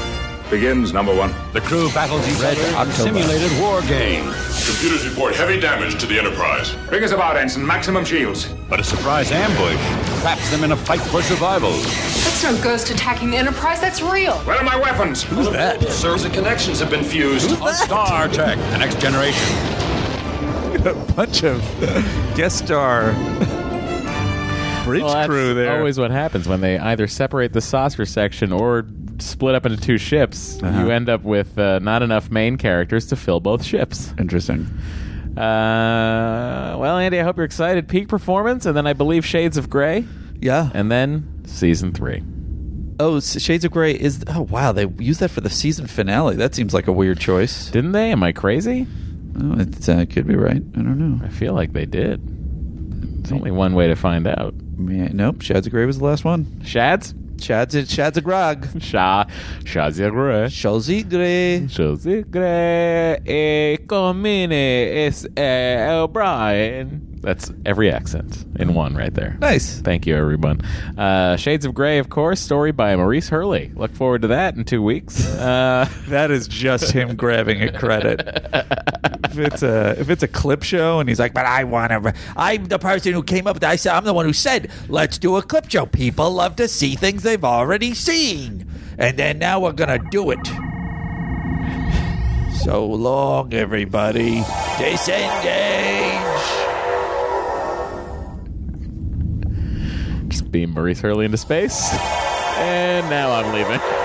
S14: begins, number one.
S23: The crew battles each other in a simulated war game.
S16: Computers report heavy damage to the Enterprise.
S23: Bring us about, Ensign. Maximum shields. But a surprise ambush traps them in a fight for survival.
S15: That's no ghost attacking the Enterprise. That's real.
S23: Where are my weapons? Who's that? Serves and connections have been fused on Star Trek The Next Generation.
S2: a bunch of guest star bridge
S1: Well, that's
S2: crew there.
S1: Always what happens when they either separate the saucer section or split up into two ships.
S2: Uh-huh.
S1: You end up with uh, not enough main characters to fill both ships.
S2: Interesting.
S1: Uh, well, Andy, I hope you're excited. Peak performance, and then I believe Shades of Grey.
S2: Yeah.
S1: And then season three.
S2: Oh, S- Shades of Grey is. Oh, wow. They used that for the season finale. That seems like a weird choice.
S1: Didn't they? Am I crazy?
S2: Oh, it uh, could be right. I don't know.
S1: I feel like they did. There's only one way to find out.
S2: Man, nope. Shades of Grey was the last one.
S1: Shads?
S2: Shads, Shads of Grog.
S1: Sha, Shads of Grey.
S2: Shads of Grey.
S1: Shads of Grey. Eh, Comine es eh, O'Brien. That's every accent in one right there.
S2: Nice.
S1: Thank you, everyone. Uh, Shades of Grey, of course, story by Maurice Hurley. Look forward to that in two weeks. Uh,
S2: That is just him grabbing a credit. If it's a if it's a clip show and he's like, "But I want to," I'm the person who came up with. I said, "I'm the one who said, let's do a clip show. People love to see things they've already seen, and then now we're gonna do it." So long, everybody. Disengage.
S1: just beam Maurice Hurley into space. And now I'm leaving.